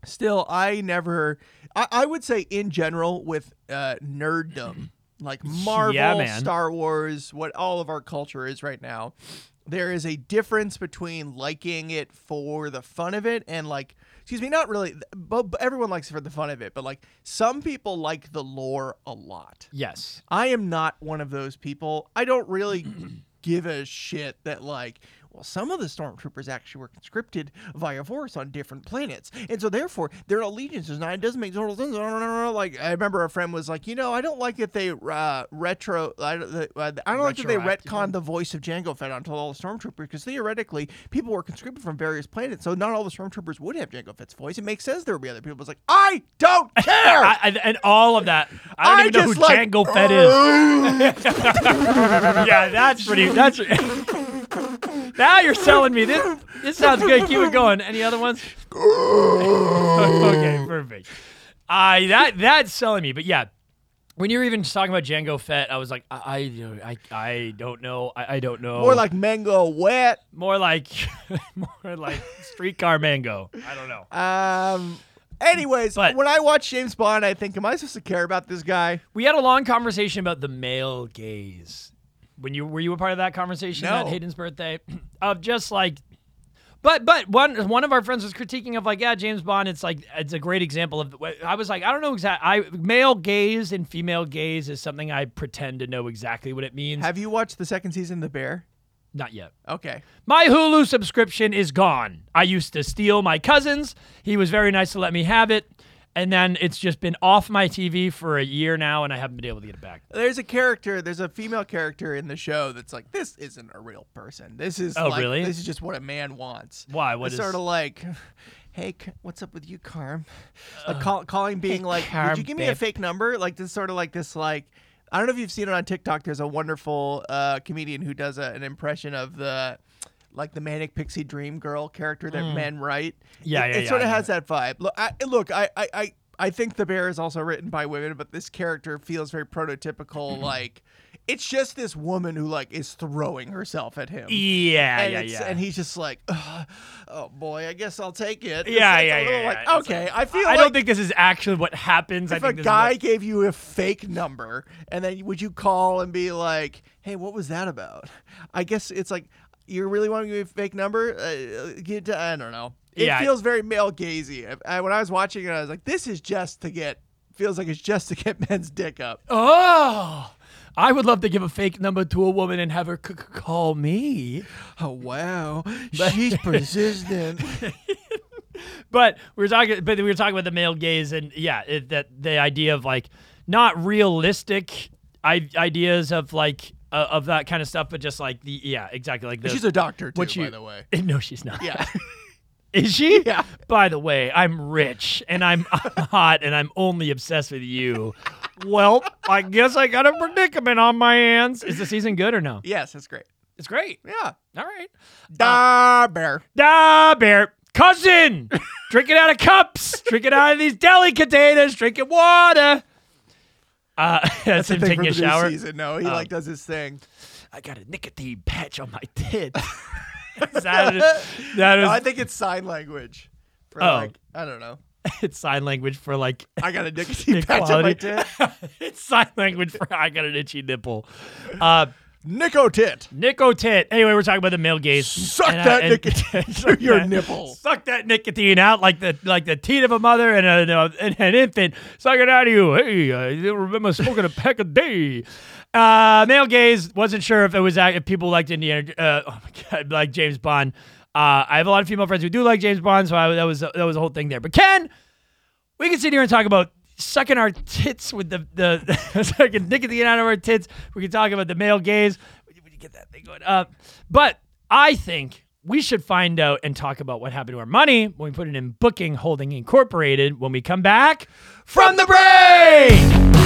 [SPEAKER 7] still, I never. I, I would say in general with uh, nerddom, like Marvel,
[SPEAKER 6] man.
[SPEAKER 7] Star Wars, what all of our culture is right now, there is a difference between liking it for the fun of it and like. Excuse me, not really. But everyone likes it for the fun of it, but like some people like the lore a lot.
[SPEAKER 6] Yes. (clears throat)
[SPEAKER 7] I am not one of those people. I don't really give a shit that like, Well, some of the stormtroopers actually were conscripted via force on different planets, and so therefore their allegiance is not. It doesn't make total sense. Like I remember a friend was like, you know, I don't like that they uh, retro. I don't, uh, I don't like that they
[SPEAKER 6] Retroactive.
[SPEAKER 7] retcon the voice of Django Fett onto all the stormtroopers because theoretically people were conscripted from various planets, so not all the stormtroopers would have Django Fett's voice. It makes sense there would be other people. It's like I
[SPEAKER 6] (laughs)
[SPEAKER 7] don't care.
[SPEAKER 6] I, I, and all of that. I don't
[SPEAKER 7] I
[SPEAKER 6] even know who
[SPEAKER 7] just like-
[SPEAKER 6] Django Fett is. (laughs) yeah, that's pretty. That's (laughs) now you're selling me. This this sounds good. Keep it going. Any other ones? (laughs) okay, perfect. I that that's selling me. But yeah, when you were even just talking about Django Fett, I was like, I I I, I don't know. I, I don't know.
[SPEAKER 7] More like mango wet.
[SPEAKER 6] more like (laughs) more like streetcar mango. I don't know.
[SPEAKER 7] Um. Anyways,
[SPEAKER 6] But-
[SPEAKER 7] when I watch James Bond, I think, am I supposed to care about this guy?
[SPEAKER 6] We had a long conversation about the male gaze. When you were you a part of that conversation
[SPEAKER 7] No.
[SPEAKER 6] at Hayden's birthday (clears throat) of just like, but but one one of our friends was critiquing of like yeah James Bond it's like it's a great example of I was like I don't know exactly I male gaze and female gaze is something I pretend to know exactly what it means
[SPEAKER 7] Have you watched the second season of The Bear?
[SPEAKER 6] not yet
[SPEAKER 7] Okay.
[SPEAKER 6] my Hulu subscription is gone. I used to steal my cousin's. He was very nice to let me have it. And then it's just been off my TV for a year now, and I haven't been able to get it back.
[SPEAKER 7] There's a character, there's a female character in the show that's like, this isn't a real person. This is
[SPEAKER 6] Oh,
[SPEAKER 7] like,
[SPEAKER 6] really?
[SPEAKER 7] this is just what a man wants.
[SPEAKER 6] Why? What
[SPEAKER 7] it's
[SPEAKER 6] is-
[SPEAKER 7] sort of like, hey, K- what's up with you, Carm? Like call, calling, being like,
[SPEAKER 6] Carm,
[SPEAKER 7] did you give me a
[SPEAKER 6] babe."
[SPEAKER 7] fake number? Like this sort of like this like. I don't know if you've seen it on TikTok. There's a wonderful uh, comedian who does a, an impression of the, like the manic pixie dream girl character that men write.
[SPEAKER 6] Hmm. Yeah,
[SPEAKER 7] it,
[SPEAKER 6] yeah,
[SPEAKER 7] it
[SPEAKER 6] yeah,
[SPEAKER 7] sort
[SPEAKER 6] I
[SPEAKER 7] of
[SPEAKER 6] know
[SPEAKER 7] has that vibe. Look, I, look, I, I, I, I think the bear is also written by women, but this character feels very
[SPEAKER 6] Mm-hmm.
[SPEAKER 7] prototypical. like, it's just this woman who like is throwing herself at him.
[SPEAKER 6] Yeah,
[SPEAKER 7] And,
[SPEAKER 6] yeah,
[SPEAKER 7] it's-
[SPEAKER 6] yeah.
[SPEAKER 7] and he's just like, "Ugh, oh boy, I guess I'll take it. It's-
[SPEAKER 6] yeah,
[SPEAKER 7] it's a
[SPEAKER 6] yeah,
[SPEAKER 7] little
[SPEAKER 6] yeah, yeah.
[SPEAKER 7] like,
[SPEAKER 6] It's like-
[SPEAKER 7] okay, I feel
[SPEAKER 6] I
[SPEAKER 7] like
[SPEAKER 6] don't think this is actually what happens. I
[SPEAKER 7] if a
[SPEAKER 6] think this
[SPEAKER 7] guy
[SPEAKER 6] Is
[SPEAKER 7] gave you a fake number and then would you call and be like hey what was that about i guess it's like you really want to give me a fake number uh, get to, i don't know it
[SPEAKER 6] Yeah, I-
[SPEAKER 7] feels very male gazy I, when i was watching it i was like this is just to get feels like it's just to get (laughs) men's dick up
[SPEAKER 6] what- oh, I would love to give a fake number to a woman and have her c- c- call me.
[SPEAKER 7] oh (laughs) wow she's persistent
[SPEAKER 6] But we were talking, but we were talking about the male gaze, and yeah, it, that the idea of like not realistic I- ideas of like uh, of that kind of stuff, but just like the yeah, exactly like this.
[SPEAKER 7] she's a doctor too
[SPEAKER 6] What you-
[SPEAKER 7] by the way
[SPEAKER 6] (laughs) no, she's not.
[SPEAKER 7] yeah
[SPEAKER 6] Is she?
[SPEAKER 7] Yeah.
[SPEAKER 6] By the way, I'm rich and I'm (laughs) hot and I'm only obsessed with you. Well, I guess I got a predicament on my hands. Is the season good or no?
[SPEAKER 7] yes that's great Uh,
[SPEAKER 6] It's great.
[SPEAKER 7] yeah
[SPEAKER 6] All right. Uh,
[SPEAKER 7] da bear
[SPEAKER 6] Da bear
[SPEAKER 7] (laughs)
[SPEAKER 6] cousin, drink it out of cups, drink it out of these deli containers, drink it water. Uh, (laughs) that's, him
[SPEAKER 7] Thing
[SPEAKER 6] taking
[SPEAKER 7] from
[SPEAKER 6] a
[SPEAKER 7] the new
[SPEAKER 6] shower. Oh.
[SPEAKER 7] season. no he like does his thing
[SPEAKER 6] I got a nicotine patch on my
[SPEAKER 7] (laughs)
[SPEAKER 6] tit. (laughs) Is that it? that is
[SPEAKER 7] No, I think it's sign language. For
[SPEAKER 6] Oh.
[SPEAKER 7] like I don't know.
[SPEAKER 6] (laughs) it's sign language for like
[SPEAKER 7] I got a
[SPEAKER 6] (laughs)
[SPEAKER 7] nicotine patch on my
[SPEAKER 6] Equality.
[SPEAKER 7] tit.
[SPEAKER 6] (laughs) it's sign language for I got an itchy nipple. Uh,
[SPEAKER 7] Nico tit.
[SPEAKER 6] Nico tit. Anyway, we're talking about the male gaze.
[SPEAKER 7] Suck
[SPEAKER 6] And I-
[SPEAKER 7] that
[SPEAKER 6] (laughs) and-
[SPEAKER 7] nicotine through your nipple.
[SPEAKER 6] Suck that nicotine out like the like the teat of a mother and, a, and a- and an infant. Suck it out of you. Hey, I remember smoking a pack a day. Uh, male gaze. Wasn't sure if it was act- if people liked Indiana. Uh, (laughs) oh my god, like James Bond. Uh, I have a lot of female friends who do like James Bond, so I, that was that was a whole thing there. But Ken, we can sit here and talk about sucking our tits with the the (laughs) sucking nicotine out of our tits. We can talk about the male gaze. We can- we can get that thing going up. But I think we should find out and talk about what happened to our money when we put it in Booking Holding Incorporated. When we come back from the break.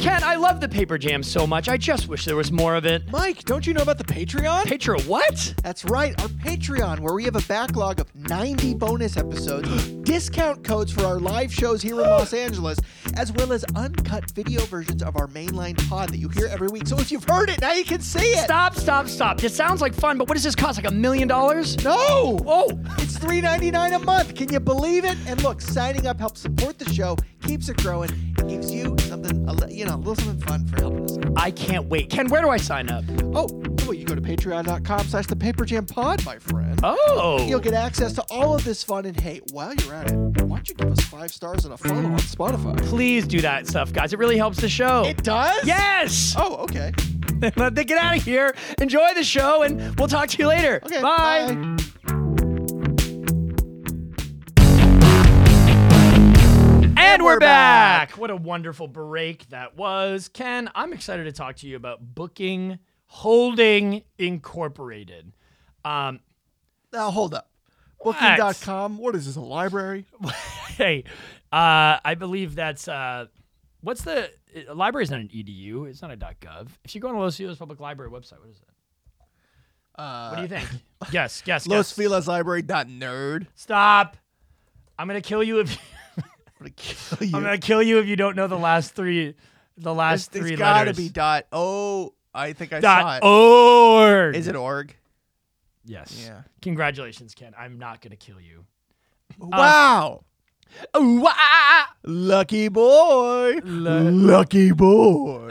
[SPEAKER 6] Ken, I love the paper jam so much. I just wish there was more of it.
[SPEAKER 8] Mike, don't you know about the Patreon?
[SPEAKER 6] Picture what?
[SPEAKER 8] That's right, our Patreon, where we have a backlog of 90 bonus episodes,
[SPEAKER 6] (gasps)
[SPEAKER 8] discount codes for our live shows here in Los Angeles, as well as uncut video versions of our mainline pod that you hear every week. So if you've heard it, now you can see it.
[SPEAKER 6] Stop, stop, stop. This sounds like fun, but what does this cost? Like a million dollars?
[SPEAKER 8] No!
[SPEAKER 6] Oh,
[SPEAKER 8] It's $3.99 a month. Can you believe it? And look, signing up helps support the show, keeps it growing, and gives you something, a li- you know, a little something fun for helping us. out.
[SPEAKER 6] I can't wait. Ken, where do I sign up?
[SPEAKER 8] Oh, well, you go to patreon.com slash the paper jam pod, my friend.
[SPEAKER 6] Oh.
[SPEAKER 8] You'll get access to all of this fun and hey, while you're at it, why don't you give us five stars and a follow on Spotify?
[SPEAKER 6] Please do that stuff, guys. It really helps the show.
[SPEAKER 8] It does?
[SPEAKER 6] yes. (laughs)
[SPEAKER 8] Oh, okay.
[SPEAKER 6] Let them get out of here. Enjoy the show, and we'll talk to you later.
[SPEAKER 8] Okay,
[SPEAKER 6] bye.
[SPEAKER 8] bye.
[SPEAKER 6] And we're
[SPEAKER 8] we're back.
[SPEAKER 6] back. What a wonderful break that was. Ken, I'm excited to talk to you about Booking Holding Incorporated. Um,
[SPEAKER 7] Now hold up. Booking.com. What is this? A library?
[SPEAKER 6] hey, uh, I believe that's uh, what's the a library is not an edu, it's not a .gov. If you go on the Los Feliz Public Library website, what is it? Uh, what do
[SPEAKER 7] (laughs)
[SPEAKER 6] you think? yes, yes,
[SPEAKER 7] Los
[SPEAKER 6] yes.
[SPEAKER 7] Feliz Library. Nerd.
[SPEAKER 6] Stop. I'm gonna kill you if
[SPEAKER 7] I'm gonna kill you.
[SPEAKER 6] I'm gonna kill you if you don't know the last three, the
[SPEAKER 7] It's-
[SPEAKER 6] last 3
[SPEAKER 7] it's
[SPEAKER 6] letters.
[SPEAKER 7] gotta be dot. Oh, I think I saw
[SPEAKER 6] dot
[SPEAKER 7] it.
[SPEAKER 6] org.
[SPEAKER 7] Is it org?
[SPEAKER 6] Yes.
[SPEAKER 7] Yeah.
[SPEAKER 6] Congratulations, Ken. I'm not gonna kill you. Uh,
[SPEAKER 7] wow.
[SPEAKER 6] Ooh, ah.
[SPEAKER 7] Lucky boy. Lucky boy.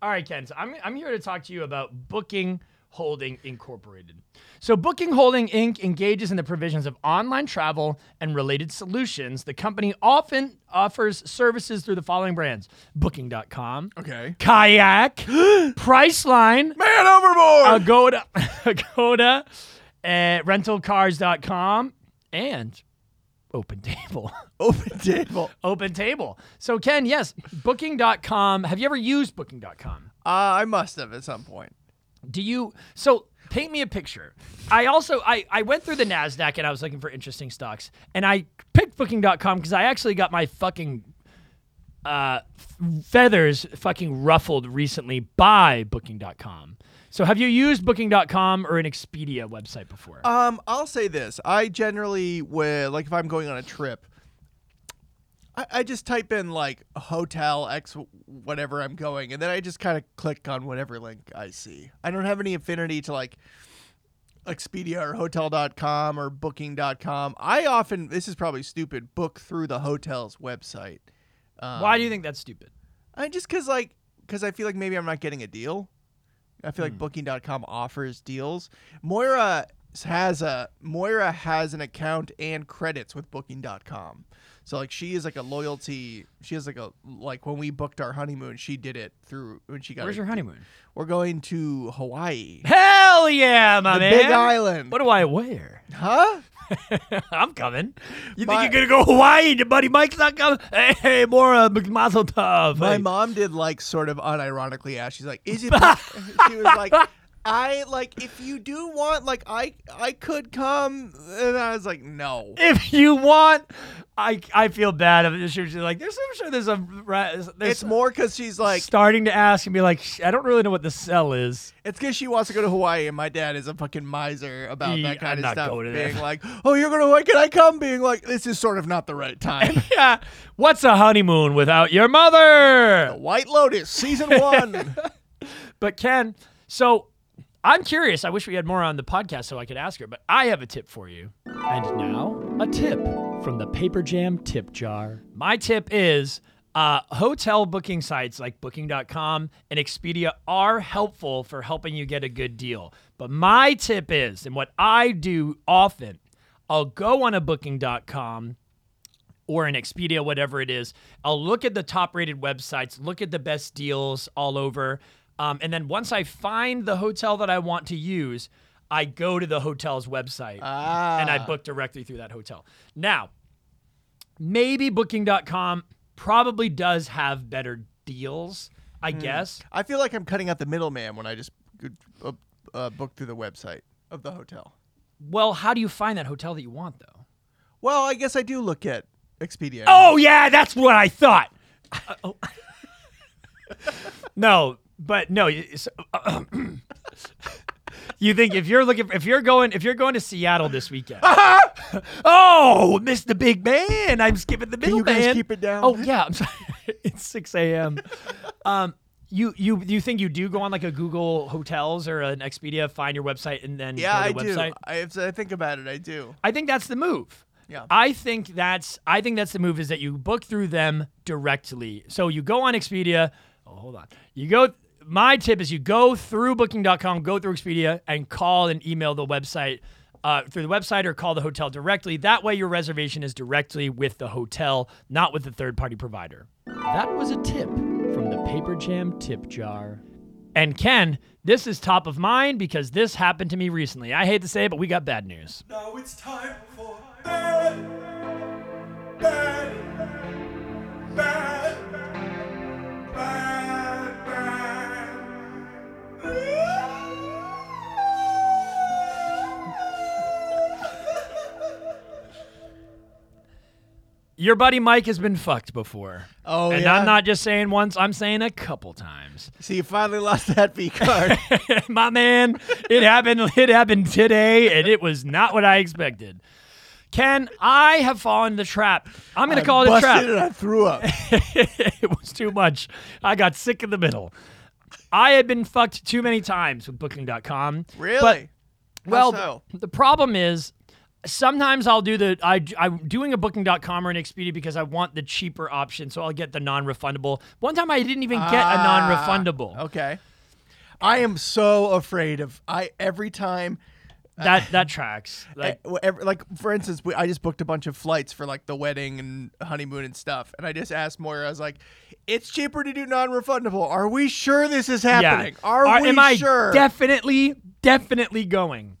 [SPEAKER 6] All right, Ken. So I'm I'm here to talk to you about Booking Holding Incorporated. So Booking Holding Inc. engages in the provisions of online travel and related solutions. The company often offers services through the following brands: Booking.com,
[SPEAKER 7] okay.
[SPEAKER 6] Kayak, Priceline,
[SPEAKER 7] Man overboard.
[SPEAKER 6] Agoda, Agoda, uh, rentalcars.com, and Open Table.
[SPEAKER 7] (laughs) Open
[SPEAKER 6] (laughs)
[SPEAKER 7] table.
[SPEAKER 6] Open Table. So, Ken, yes, booking.com. Have you ever used booking.com?
[SPEAKER 7] Uh, I must have at some point.
[SPEAKER 6] Do you? So, paint me a picture. I also I, I went through the Nasdaq and I was looking for interesting stocks, and I picked booking.com because I actually got my fucking uh, feathers fucking ruffled recently by booking.com. So, have you used booking.com or an Expedia website before?
[SPEAKER 7] Um, I'll say this. I generally will, like if I'm going on a trip, I, I just type in like hotel X whatever I'm going, and then I just kind of click on whatever link I see. I don't have any affinity to like Expedia or hotel.com or booking.com. I often this is probably stupid, book through the hotel's website. Um,
[SPEAKER 6] Why do you think that's stupid?
[SPEAKER 7] I just cause like cause I feel like maybe I'm not getting a deal. I feel
[SPEAKER 6] Hmm.
[SPEAKER 7] like booking.com offers deals. Moira has a Moira has an account and credits with booking.com. So like she is like a loyalty she has like a like when we booked our honeymoon, she did it through when she got
[SPEAKER 6] Where's
[SPEAKER 7] it.
[SPEAKER 6] your honeymoon?
[SPEAKER 7] We're going to Hawaii.
[SPEAKER 6] Hell yeah, my
[SPEAKER 7] The
[SPEAKER 6] man.
[SPEAKER 7] Big Island.
[SPEAKER 6] What do I wear? (laughs)
[SPEAKER 7] Huh?
[SPEAKER 6] I'm coming. You
[SPEAKER 7] My-
[SPEAKER 6] think you're gonna go Hawaii and your buddy Mike's not coming? Hey, hey Mora McMazel Tov.
[SPEAKER 7] My
[SPEAKER 6] hey.
[SPEAKER 7] mom did like sort of unironically ask. She's like, "Is
[SPEAKER 6] (laughs)
[SPEAKER 7] it?" she was like, "I like if you do want like I I could come," and I was like, "No."
[SPEAKER 6] If you want, I I feel bad. I'm just she's like, there's I'm sure there's a ra- there's
[SPEAKER 7] It's more because she's like,
[SPEAKER 6] starting to ask and be like, "Sh- I don't really know what the sell is. (laughs)
[SPEAKER 7] it's because she wants to go to Hawaii, and my dad is a fucking miser about
[SPEAKER 6] Yeah,
[SPEAKER 7] that kind
[SPEAKER 6] I'm
[SPEAKER 7] of
[SPEAKER 6] not
[SPEAKER 7] stuff.
[SPEAKER 6] going to
[SPEAKER 7] being
[SPEAKER 6] that.
[SPEAKER 7] like, "Oh, you're going to Hawaii? Can I come?" Being like, "This is sort of not the right time."
[SPEAKER 6] (laughs) Yeah, what's a honeymoon without your mother?
[SPEAKER 7] White Lotus
[SPEAKER 6] (laughs)
[SPEAKER 7] season one.
[SPEAKER 6] But Ken, so I'm curious. I wish we had more on the podcast so I could ask her, but I have a tip for you. And now, a tip from the Paper Jam tip jar. My tip is uh, hotel booking sites like booking.com and Expedia are helpful for helping you get a good deal. But my tip is, and what I do often, I'll go on a booking.com or an Expedia, whatever it is. I'll look at the top rated websites, look at the best deals all over. Um, and then once I find the hotel that I want to use, I go to the hotel's website and I book directly through that hotel. Now, maybe booking.com probably does have better deals, I guess.
[SPEAKER 7] I feel like I'm cutting out the middleman when I just uh, uh, book through the website of the hotel.
[SPEAKER 6] Well, how do you find that hotel that you want, though?
[SPEAKER 7] Well, I guess I do look at Expedia.
[SPEAKER 6] Oh yeah, that's what I thought. Uh, oh. (laughs) no, but no. you- so- (clears throat) you think if you're looking, if you're going, if you're going to Seattle this weekend?
[SPEAKER 7] Uh-huh.
[SPEAKER 6] oh, missed the big man. I'm skipping the middle
[SPEAKER 7] you guys
[SPEAKER 6] man.
[SPEAKER 7] keep it down?
[SPEAKER 6] Oh yeah, I'm sorry. (laughs) it's six a.m. Um, you you you think you do go on like a Google Hotels or an Expedia, find your website, and then
[SPEAKER 7] Yeah, I
[SPEAKER 6] go to the
[SPEAKER 7] do.
[SPEAKER 6] website?
[SPEAKER 7] I, if I think about it, I do.
[SPEAKER 6] I think that's the move.
[SPEAKER 7] Yeah.
[SPEAKER 6] I think that's I think that's the move is that you book through them directly. So you go on Expedia. Oh, hold on. You go my tip is you go through booking.com, go through Expedia and call and email the website uh, through the website or call the hotel directly. That way your reservation is directly with the hotel, not with the third party provider. That was a tip from the Paper Jam tip jar. And Ken, this is top of mind because this happened to me recently. I hate to say it, but we got bad news.
[SPEAKER 4] Now it's time for bad, bad, bad, bad, bad,
[SPEAKER 6] Your buddy Mike has been fucked before.
[SPEAKER 7] Oh,
[SPEAKER 6] and
[SPEAKER 7] yeah?
[SPEAKER 6] I'm not just saying once, I'm saying a couple times. (laughs)
[SPEAKER 7] See, you finally (laughs) lost that V card.
[SPEAKER 6] My man, it happened it happened today and it was not what I expected. Ken, I have fallen in the trap. I'm going to call it a
[SPEAKER 7] Busted
[SPEAKER 6] trap.
[SPEAKER 7] and I threw
[SPEAKER 6] (laughs)
[SPEAKER 7] up.
[SPEAKER 6] it was too much. I got sick in the middle. I had been fucked too many times with booking.com. But
[SPEAKER 7] Really?
[SPEAKER 6] well,
[SPEAKER 7] so?
[SPEAKER 6] the problem is sometimes I'll do the I I'm doing a booking.com or an Expedia because I want the cheaper option, so I'll get the non-refundable. One time I didn't even get
[SPEAKER 7] Ah,
[SPEAKER 6] a non-refundable.
[SPEAKER 7] Okay. I am so afraid of I every time
[SPEAKER 6] That that tracks. Like
[SPEAKER 7] like, like for instance, we, I just booked a bunch of flights for like the wedding and honeymoon and stuff, and I just asked Moira, I was like, "It's cheaper to do non-refundable. Are we sure this is happening?
[SPEAKER 6] Yeah.
[SPEAKER 7] Are, we
[SPEAKER 6] am I
[SPEAKER 7] sure?"
[SPEAKER 6] Definitely, definitely going.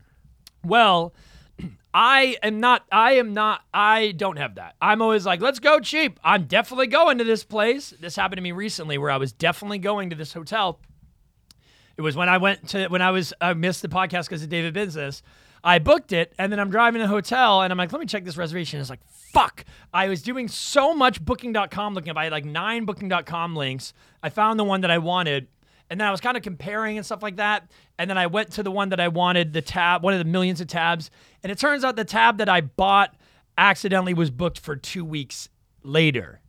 [SPEAKER 6] Well, (clears throat) I am not. I am not. I don't have that. I'm always like, let's go cheap. I'm definitely going to this place. This happened to me recently, where I was definitely going to this hotel. It was when I went to when I was I missed the podcast because of David Business. I booked it and then I'm driving to the hotel and I'm like, let me check this reservation. It's like, fuck. I was doing so much booking.com looking up. I had like nine booking.com links. I found the one that I wanted. And then I was kind of comparing and stuff like that. And then I went to the one that I wanted, the tab, one of the millions of tabs. And it turns out the tab that I bought accidentally was booked for two weeks later.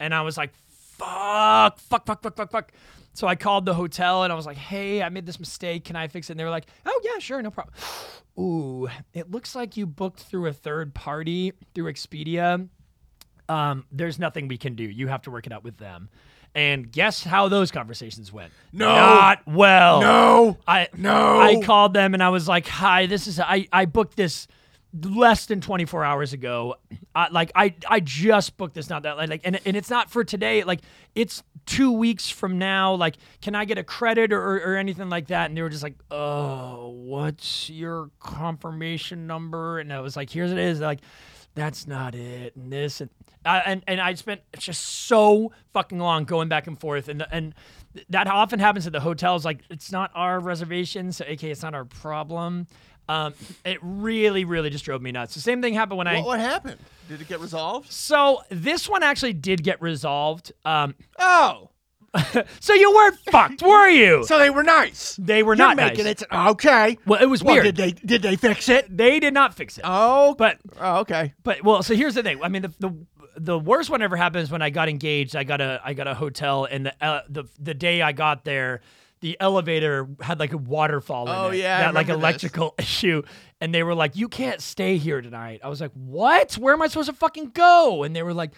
[SPEAKER 6] And I was like, fuck, fuck, fuck, fuck, fuck, fuck. So I called the hotel and I was like, hey, I made this mistake. Can I fix it? And they were like, oh, yeah, sure, no problem. (sighs) Ooh, it looks like you booked through a third party through Expedia. Um, there's nothing we can do. You have to work it out with them. And guess how those conversations went?
[SPEAKER 7] No.
[SPEAKER 6] Not well.
[SPEAKER 2] Oh,
[SPEAKER 7] No.
[SPEAKER 6] I
[SPEAKER 7] No.
[SPEAKER 6] I called them and I was like, "Hi, this is I I booked this less than 24 hours ago. I, like I I just booked this not that like and and it's not for today. Like it's 2 weeks from now. Like can I get a credit or or, or anything like that?" And they were just like, "Oh, what's your confirmation number?" And I was like, "Here's it is." They're like that's not it, and this, and I and, and I spent just so fucking long going back and forth, and and th- that often happens at the hotels. Like it's not our reservation, so aka it's not our problem. Um, it really, really just drove me nuts. The same thing happened when I.
[SPEAKER 7] What, what happened? Did it get resolved?
[SPEAKER 6] So this one actually did get resolved. Um,
[SPEAKER 7] Oh,
[SPEAKER 6] so you weren't fucked, were you?
[SPEAKER 7] (laughs) so they were nice.
[SPEAKER 6] they were
[SPEAKER 7] You're
[SPEAKER 6] not
[SPEAKER 7] making
[SPEAKER 6] nice.
[SPEAKER 7] it okay.
[SPEAKER 6] Well, it was
[SPEAKER 7] Well,
[SPEAKER 6] weird.
[SPEAKER 7] did they did they fix it?
[SPEAKER 6] they did not fix it.
[SPEAKER 7] Oh,
[SPEAKER 6] but
[SPEAKER 7] oh, okay.
[SPEAKER 6] But well, so here's the thing. I mean, the the, the worst one ever happened is when I got engaged. I got a I got a hotel, and the uh, the the day I got there, the elevator had like a waterfall.
[SPEAKER 7] Oh,
[SPEAKER 6] in it,
[SPEAKER 7] yeah, I
[SPEAKER 6] that like
[SPEAKER 7] remember this.
[SPEAKER 6] electrical (laughs) issue, and they were like, "You can't stay here tonight." I was like, "What? Where am I supposed to fucking go?" And they were like.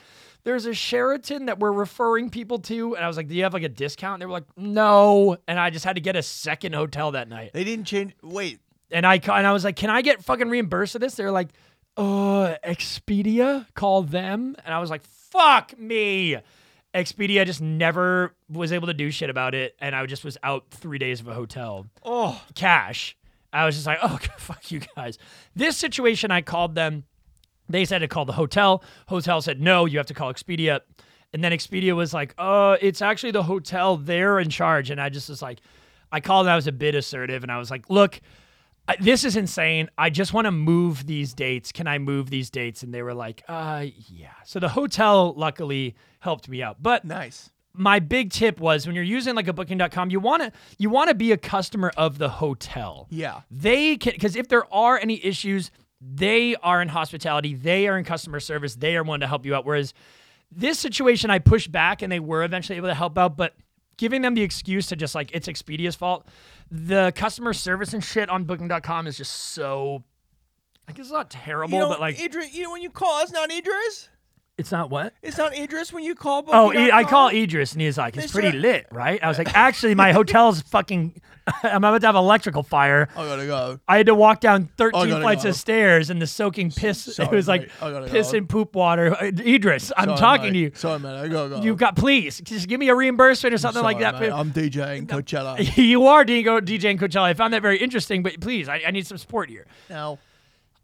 [SPEAKER 6] There's a Sheraton that we're referring people to. And I was like, Do you have like a discount? And they were like, No. And I just had to get a second hotel that night
[SPEAKER 7] They didn't change. Wait,
[SPEAKER 6] and I ca- and I was like, "Can I get fucking reimbursed for this?" They're like, "Uh, Expedia, call them." And I was like, "Fuck me." Expedia just never was able to do shit about it, and I just was out three days of a hotel. Oh, cash. I was just like, "Oh, (laughs) fuck you guys." This situation, I called them. They said to call the hotel. Hotel said, no, you have to call Expedia. And then Expedia was like, uh, it's actually the hotel. They're in charge. And I just was like, I called and I was a bit assertive. And I was like, look, I, this is insane. I just want to move these dates. Can I move these dates? And they were like, uh, yeah. So the hotel luckily helped me out. But
[SPEAKER 7] nice.
[SPEAKER 6] my big tip was when you're using like a booking.com you want to you want to be a customer of the hotel
[SPEAKER 7] Yeah.
[SPEAKER 6] they can because if there are any issues they are in hospitality they are in customer service they are one to help you out whereas this situation i pushed back and they were eventually able to help out but giving them the excuse to just like it's expedia's fault the customer service and shit on booking.com is just so like it's not terrible
[SPEAKER 7] You know,
[SPEAKER 6] but like
[SPEAKER 7] Idris, you know when you call us, not Idris.
[SPEAKER 6] It's not what?
[SPEAKER 9] It's not Idris when you call.
[SPEAKER 6] Oh,
[SPEAKER 9] Booking
[SPEAKER 6] I I
[SPEAKER 9] dot
[SPEAKER 6] call
[SPEAKER 9] com?
[SPEAKER 6] Idris and he's like, it's
[SPEAKER 9] They
[SPEAKER 6] pretty
[SPEAKER 9] said-
[SPEAKER 6] lit, right? I was like, actually, my
[SPEAKER 7] (laughs)
[SPEAKER 6] hotel's fucking. (laughs) I'm about to have an electrical fire.
[SPEAKER 7] I gotta go.
[SPEAKER 6] I had to walk down 13
[SPEAKER 7] gotta
[SPEAKER 6] flights
[SPEAKER 7] go.
[SPEAKER 6] of stairs in the soaking piss. it
[SPEAKER 7] sorry, oh,
[SPEAKER 6] was like
[SPEAKER 7] mate. I gotta
[SPEAKER 6] piss
[SPEAKER 7] go.
[SPEAKER 6] and poop water. Uh, Idris, I'm
[SPEAKER 7] Sorry,
[SPEAKER 6] talking
[SPEAKER 7] mate.
[SPEAKER 6] to you.
[SPEAKER 7] Sorry, man. I gotta go.
[SPEAKER 6] You've got, please, just give me a reimbursement or something like
[SPEAKER 7] Sorry,
[SPEAKER 6] that.
[SPEAKER 7] mate. I'm DJing
[SPEAKER 6] (laughs)
[SPEAKER 7] Coachella.
[SPEAKER 6] you are Dingo DJing Coachella. I found that very interesting, but please, I, I need some support here.
[SPEAKER 7] now,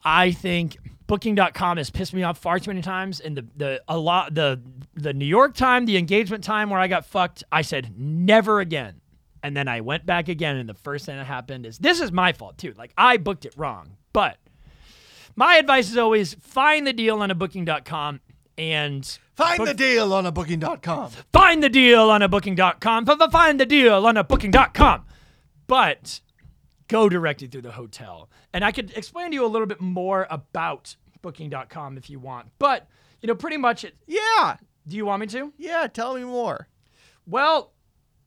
[SPEAKER 6] I think booking.com has pissed me off far too many times and the the a lot the the New York time, the engagement time where I got fucked, I said never again. And then I went back again and the first thing that happened is this is my fault too. Like I booked it wrong. But my advice is always find the deal on a booking.com and
[SPEAKER 7] find the deal on a booking.com.
[SPEAKER 6] find the deal on a booking.com. F- f- Find the deal on a booking.com. But go directly through the hotel. And I could explain to you a little bit more about booking.com if you want. But, you know, pretty much it.
[SPEAKER 7] Yeah,
[SPEAKER 6] Do you want me to?
[SPEAKER 7] yeah. Tell me more.
[SPEAKER 6] Well,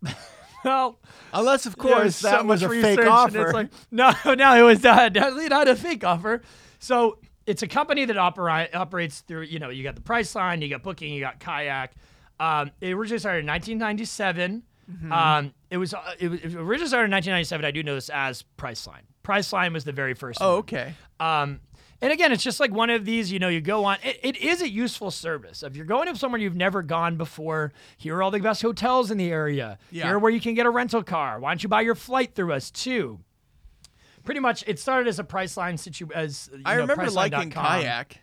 [SPEAKER 6] (laughs) well,
[SPEAKER 7] Unless, of
[SPEAKER 6] there
[SPEAKER 7] course,
[SPEAKER 6] so
[SPEAKER 7] that was
[SPEAKER 6] much
[SPEAKER 7] a
[SPEAKER 6] research,
[SPEAKER 7] fake
[SPEAKER 6] and
[SPEAKER 7] offer.
[SPEAKER 6] It's like, no, (laughs) no, it was uh, definitely not a fake offer. So it's a company that operi- operates through, you know, you got the price line, you got booking, you got kayak. Um, it originally started in 1997.
[SPEAKER 7] Mm-hmm.
[SPEAKER 6] Um, it was uh, it was it originally started in 1997. I do know this as Priceline. Priceline was the very first.
[SPEAKER 7] oh,
[SPEAKER 6] one.
[SPEAKER 7] okay.
[SPEAKER 6] Um, and again, it's just like one of these, you know, you go on. It, it is a useful service. If you're going to somewhere you've never gone before, here are all the best hotels in the area.
[SPEAKER 7] Yeah.
[SPEAKER 6] Here are where you can get a rental car. Why don't you buy your flight through us too? Pretty much, it started as a Priceline situ. As you
[SPEAKER 7] I
[SPEAKER 6] know,
[SPEAKER 7] remember
[SPEAKER 6] Priceline.com.
[SPEAKER 7] liking kayak.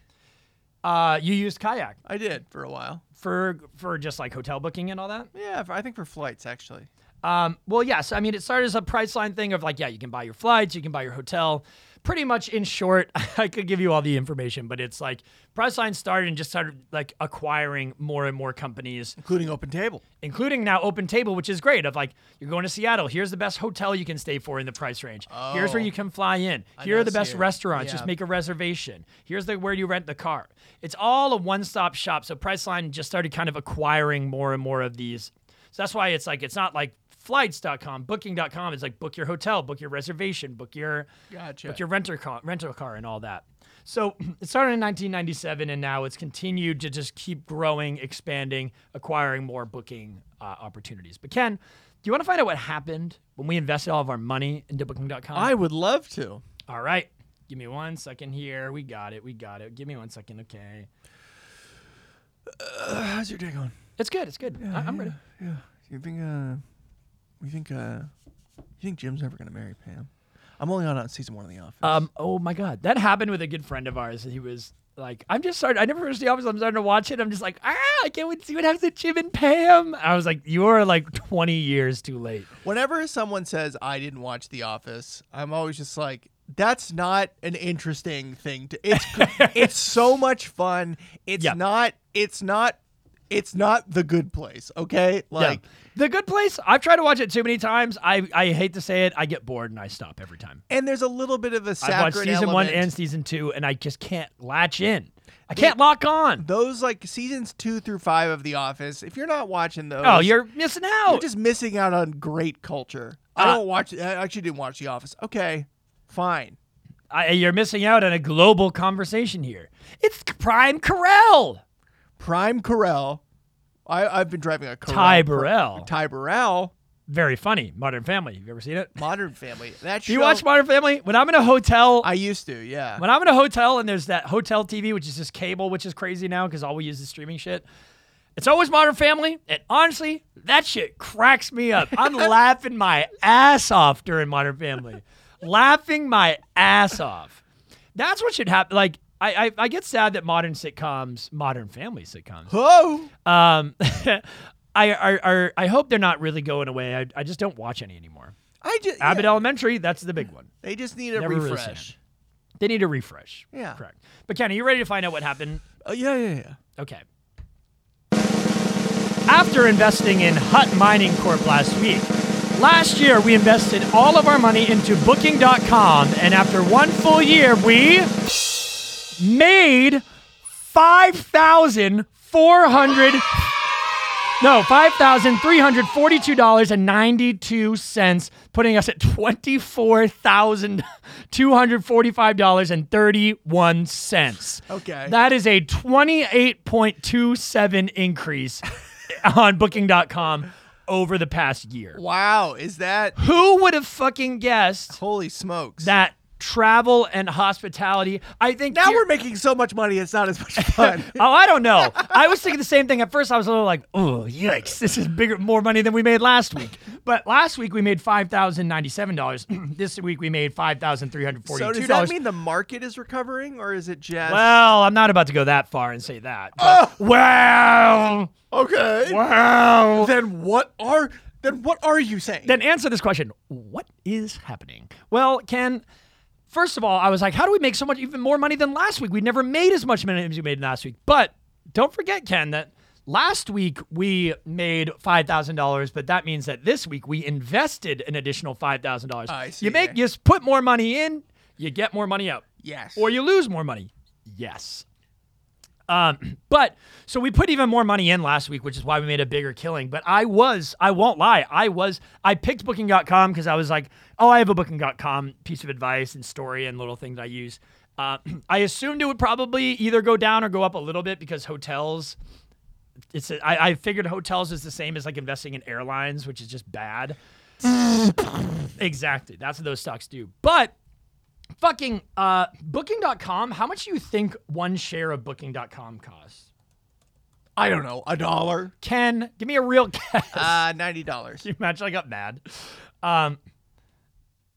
[SPEAKER 6] Uh, you used kayak
[SPEAKER 7] I did for a while.
[SPEAKER 6] for for just like hotel booking and all that.
[SPEAKER 7] Yeah, for, I think for flights actually.
[SPEAKER 6] Um, well, yes. I mean, it started as a Priceline thing of like, yeah, you can buy your flights, you can buy your hotel. Pretty much in short, (laughs) I could give you all the information, but it's like Priceline started and just started like acquiring more and more companies,
[SPEAKER 7] Including Open Table.
[SPEAKER 6] including now Open Table, which is great. Of like, you're going to Seattle. Here's the best hotel you can stay for in the price range. Here's where
[SPEAKER 7] Oh.
[SPEAKER 6] you can fly in. Here are the
[SPEAKER 7] noticed
[SPEAKER 6] best
[SPEAKER 7] here.
[SPEAKER 6] restaurants.
[SPEAKER 7] Yeah.
[SPEAKER 6] Just make a reservation. Here's the where you rent the car. It's all a one-stop shop. So Priceline just started kind of acquiring more and more of these. So that's why it's like it's not like flights.com, booking.com. It's like book your hotel, book your reservation, book your
[SPEAKER 7] Gotcha.
[SPEAKER 6] book your renter car, rental car, and all that. So (clears throat) it started in 1997, and now it's continued to just keep growing, expanding, acquiring more booking uh, opportunities. But Ken, do you want to find out what happened when we invested all of our money into Booking.com?
[SPEAKER 7] I would love to.
[SPEAKER 6] All right. Give me one second here. We got it. We got it. Give me one second. Okay.
[SPEAKER 7] Uh, How's your day going?
[SPEAKER 6] It's good. It's good. I- I'm ready.
[SPEAKER 7] You think uh you think uh you think Jim's never gonna marry Pam? I'm only on, on season one of the office.
[SPEAKER 6] Um, oh my God. That happened with a good friend of ours. He was like, I'm just starting, I never finished The Office. I'm starting to watch it. I'm just like, ah, I can't wait to see what happens to Jim and Pam. I was like, you are like 20 years too late.
[SPEAKER 7] Whenever someone says I didn't watch The Office, I'm always just like, that's not an interesting thing to
[SPEAKER 6] (laughs)
[SPEAKER 7] it's it's so much fun. It's
[SPEAKER 6] Yeah.
[SPEAKER 7] not it's not it's not the good place, okay? Like
[SPEAKER 6] yeah. The Good Place, I've tried to watch it too many times. I, I hate to say it. I get bored and I stop every time.
[SPEAKER 7] and there's a little bit of a saccharine
[SPEAKER 6] I've watched season one
[SPEAKER 7] element.
[SPEAKER 6] and season two, and I just can't latch in. I can't lock on.
[SPEAKER 7] those like seasons two through five of The Office, if you're not watching those
[SPEAKER 6] Oh, you're missing out.
[SPEAKER 7] You're just missing out on great culture. I
[SPEAKER 6] Uh,
[SPEAKER 7] don't watch. I actually didn't watch The Office. Okay, fine.
[SPEAKER 6] I, you're missing out on a global conversation here. It's Prime Carell.
[SPEAKER 7] Prime Carell. I, I've been driving a Carell.
[SPEAKER 6] Ty Burrell.
[SPEAKER 7] Ty Burrell.
[SPEAKER 6] Very funny. Modern Family. You ever seen it?
[SPEAKER 7] Modern Family. That show.
[SPEAKER 6] Do you watch Modern Family? When I'm in a hotel,
[SPEAKER 7] I used to. Yeah.
[SPEAKER 6] when I'm in a hotel and there's that hotel TV, which is just cable, which is crazy now because all we use is streaming shit. It's always Modern Family, and honestly, that shit cracks me up. I'm laughing my ass off during Modern Family, laughing my ass off. That's what should happen. Like, I, I, I get sad that modern sitcoms, Modern Family sitcoms,
[SPEAKER 7] Whoa.
[SPEAKER 6] um, (laughs) I, I, I, I hope they're not really going away. I, I just don't watch any anymore.
[SPEAKER 7] I just.
[SPEAKER 6] Abbott Elementary, that's the big one.
[SPEAKER 7] They just need a
[SPEAKER 6] Never really seen
[SPEAKER 7] refresh.
[SPEAKER 6] They need a refresh.
[SPEAKER 7] Yeah.
[SPEAKER 6] Correct. But Ken, are you ready to find out what happened?
[SPEAKER 7] Oh yeah, yeah, yeah.
[SPEAKER 6] Okay. After investing in Hut Mining Corp last week, last year we invested all of our money into Booking.com, and after one full year, we made five thousand four hundred No, $5,342.92, putting us at $24,245.31.
[SPEAKER 7] Okay.
[SPEAKER 6] That is a 28.27 increase (laughs) on booking.com over the past year.
[SPEAKER 7] Wow, is that
[SPEAKER 6] Who would have fucking guessed
[SPEAKER 7] holy smokes?
[SPEAKER 6] that travel and hospitality? I think
[SPEAKER 7] now
[SPEAKER 6] here-
[SPEAKER 7] we're making so much money, it's not as
[SPEAKER 6] (laughs)
[SPEAKER 7] much fun.
[SPEAKER 6] Oh, I don't know. I was thinking the same thing at first. I was a little like, "Oh, yikes! This is bigger, more money than we made last week." But last week we made five thousand ninety-seven dollars. (clears throat) this week we made five thousand three hundred
[SPEAKER 7] so
[SPEAKER 6] forty-two
[SPEAKER 7] does that
[SPEAKER 6] dollars.
[SPEAKER 7] mean the market is recovering, or is it just
[SPEAKER 6] well, I'm not about to go that far and say that.
[SPEAKER 7] Oh.
[SPEAKER 6] but- Well,
[SPEAKER 7] okay?
[SPEAKER 6] well.
[SPEAKER 7] Then what are then what are you saying?
[SPEAKER 6] Then answer this question: What is happening? Well, Ken. First of all, I was like, "How do we make so much, even more money than last week? We never made as much money as we made last week." But don't forget, Ken, that last week we made five thousand dollars, but that means that this week we invested an additional five thousand dollars.
[SPEAKER 7] I
[SPEAKER 6] You
[SPEAKER 7] see.
[SPEAKER 6] make, you s- put more money in, you get more money out.
[SPEAKER 7] yes.
[SPEAKER 6] Or you lose more money. Yes. Um, (clears throat) but so we put even more money in last week, which is why we made a bigger killing. But I was, I won't lie, I was, I picked booking.com because I was like, oh, I have a booking.com piece of advice and story and little things I use. Uh, (clears throat) I assumed it would probably either go down or go up a little bit because hotels, it's, a- I I figured hotels is the same as like investing in airlines, which is just bad. exactly. That's what those stocks do. But fucking uh, booking.com how much do you think one share of booking.com costs
[SPEAKER 7] I don't know, a dollar.
[SPEAKER 6] ken give me a real (laughs) guess
[SPEAKER 7] Uh ninety dollars.
[SPEAKER 6] you match i got mad um,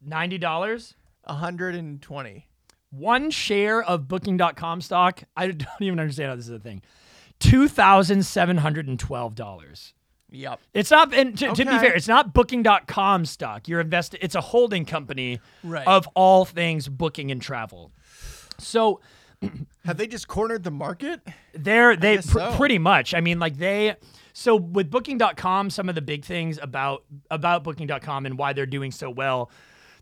[SPEAKER 6] $90
[SPEAKER 7] hundred and twenty.
[SPEAKER 6] one share of booking.com stock i don't even understand how this is a thing $2712
[SPEAKER 7] Yep.
[SPEAKER 6] It's not, and to, to be
[SPEAKER 7] Okay.
[SPEAKER 6] fair, it's not booking.com stock. You're invested, it's a holding company
[SPEAKER 7] Right.
[SPEAKER 6] of all things booking and travel. So,
[SPEAKER 7] Have they just cornered the market?
[SPEAKER 6] They're they
[SPEAKER 7] guess
[SPEAKER 6] pr-
[SPEAKER 7] so.
[SPEAKER 6] pretty much. I mean, like they so with booking.com some of the big things about about booking.com and why they're doing so well.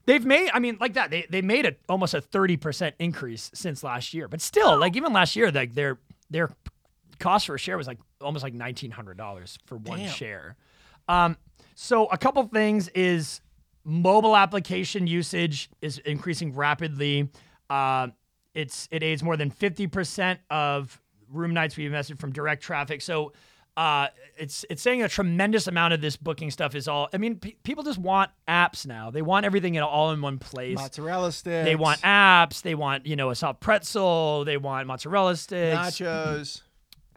[SPEAKER 6] They've made I mean, like that they they made a almost a 30% increase since last year. But still, like even last year like their their cost for a share was like almost like $1900 for one share. Um so a couple things is mobile application usage is increasing rapidly. Uh, it's it aids more than fifty percent of room nights we invested from direct traffic. So uh, it's it's saying a tremendous amount of this booking stuff is all. I mean, pe- people just want apps now. They want everything in all in one place.
[SPEAKER 7] Mozzarella sticks.
[SPEAKER 6] They want apps. They want you know a soft pretzel. They want mozzarella sticks,
[SPEAKER 7] nachos.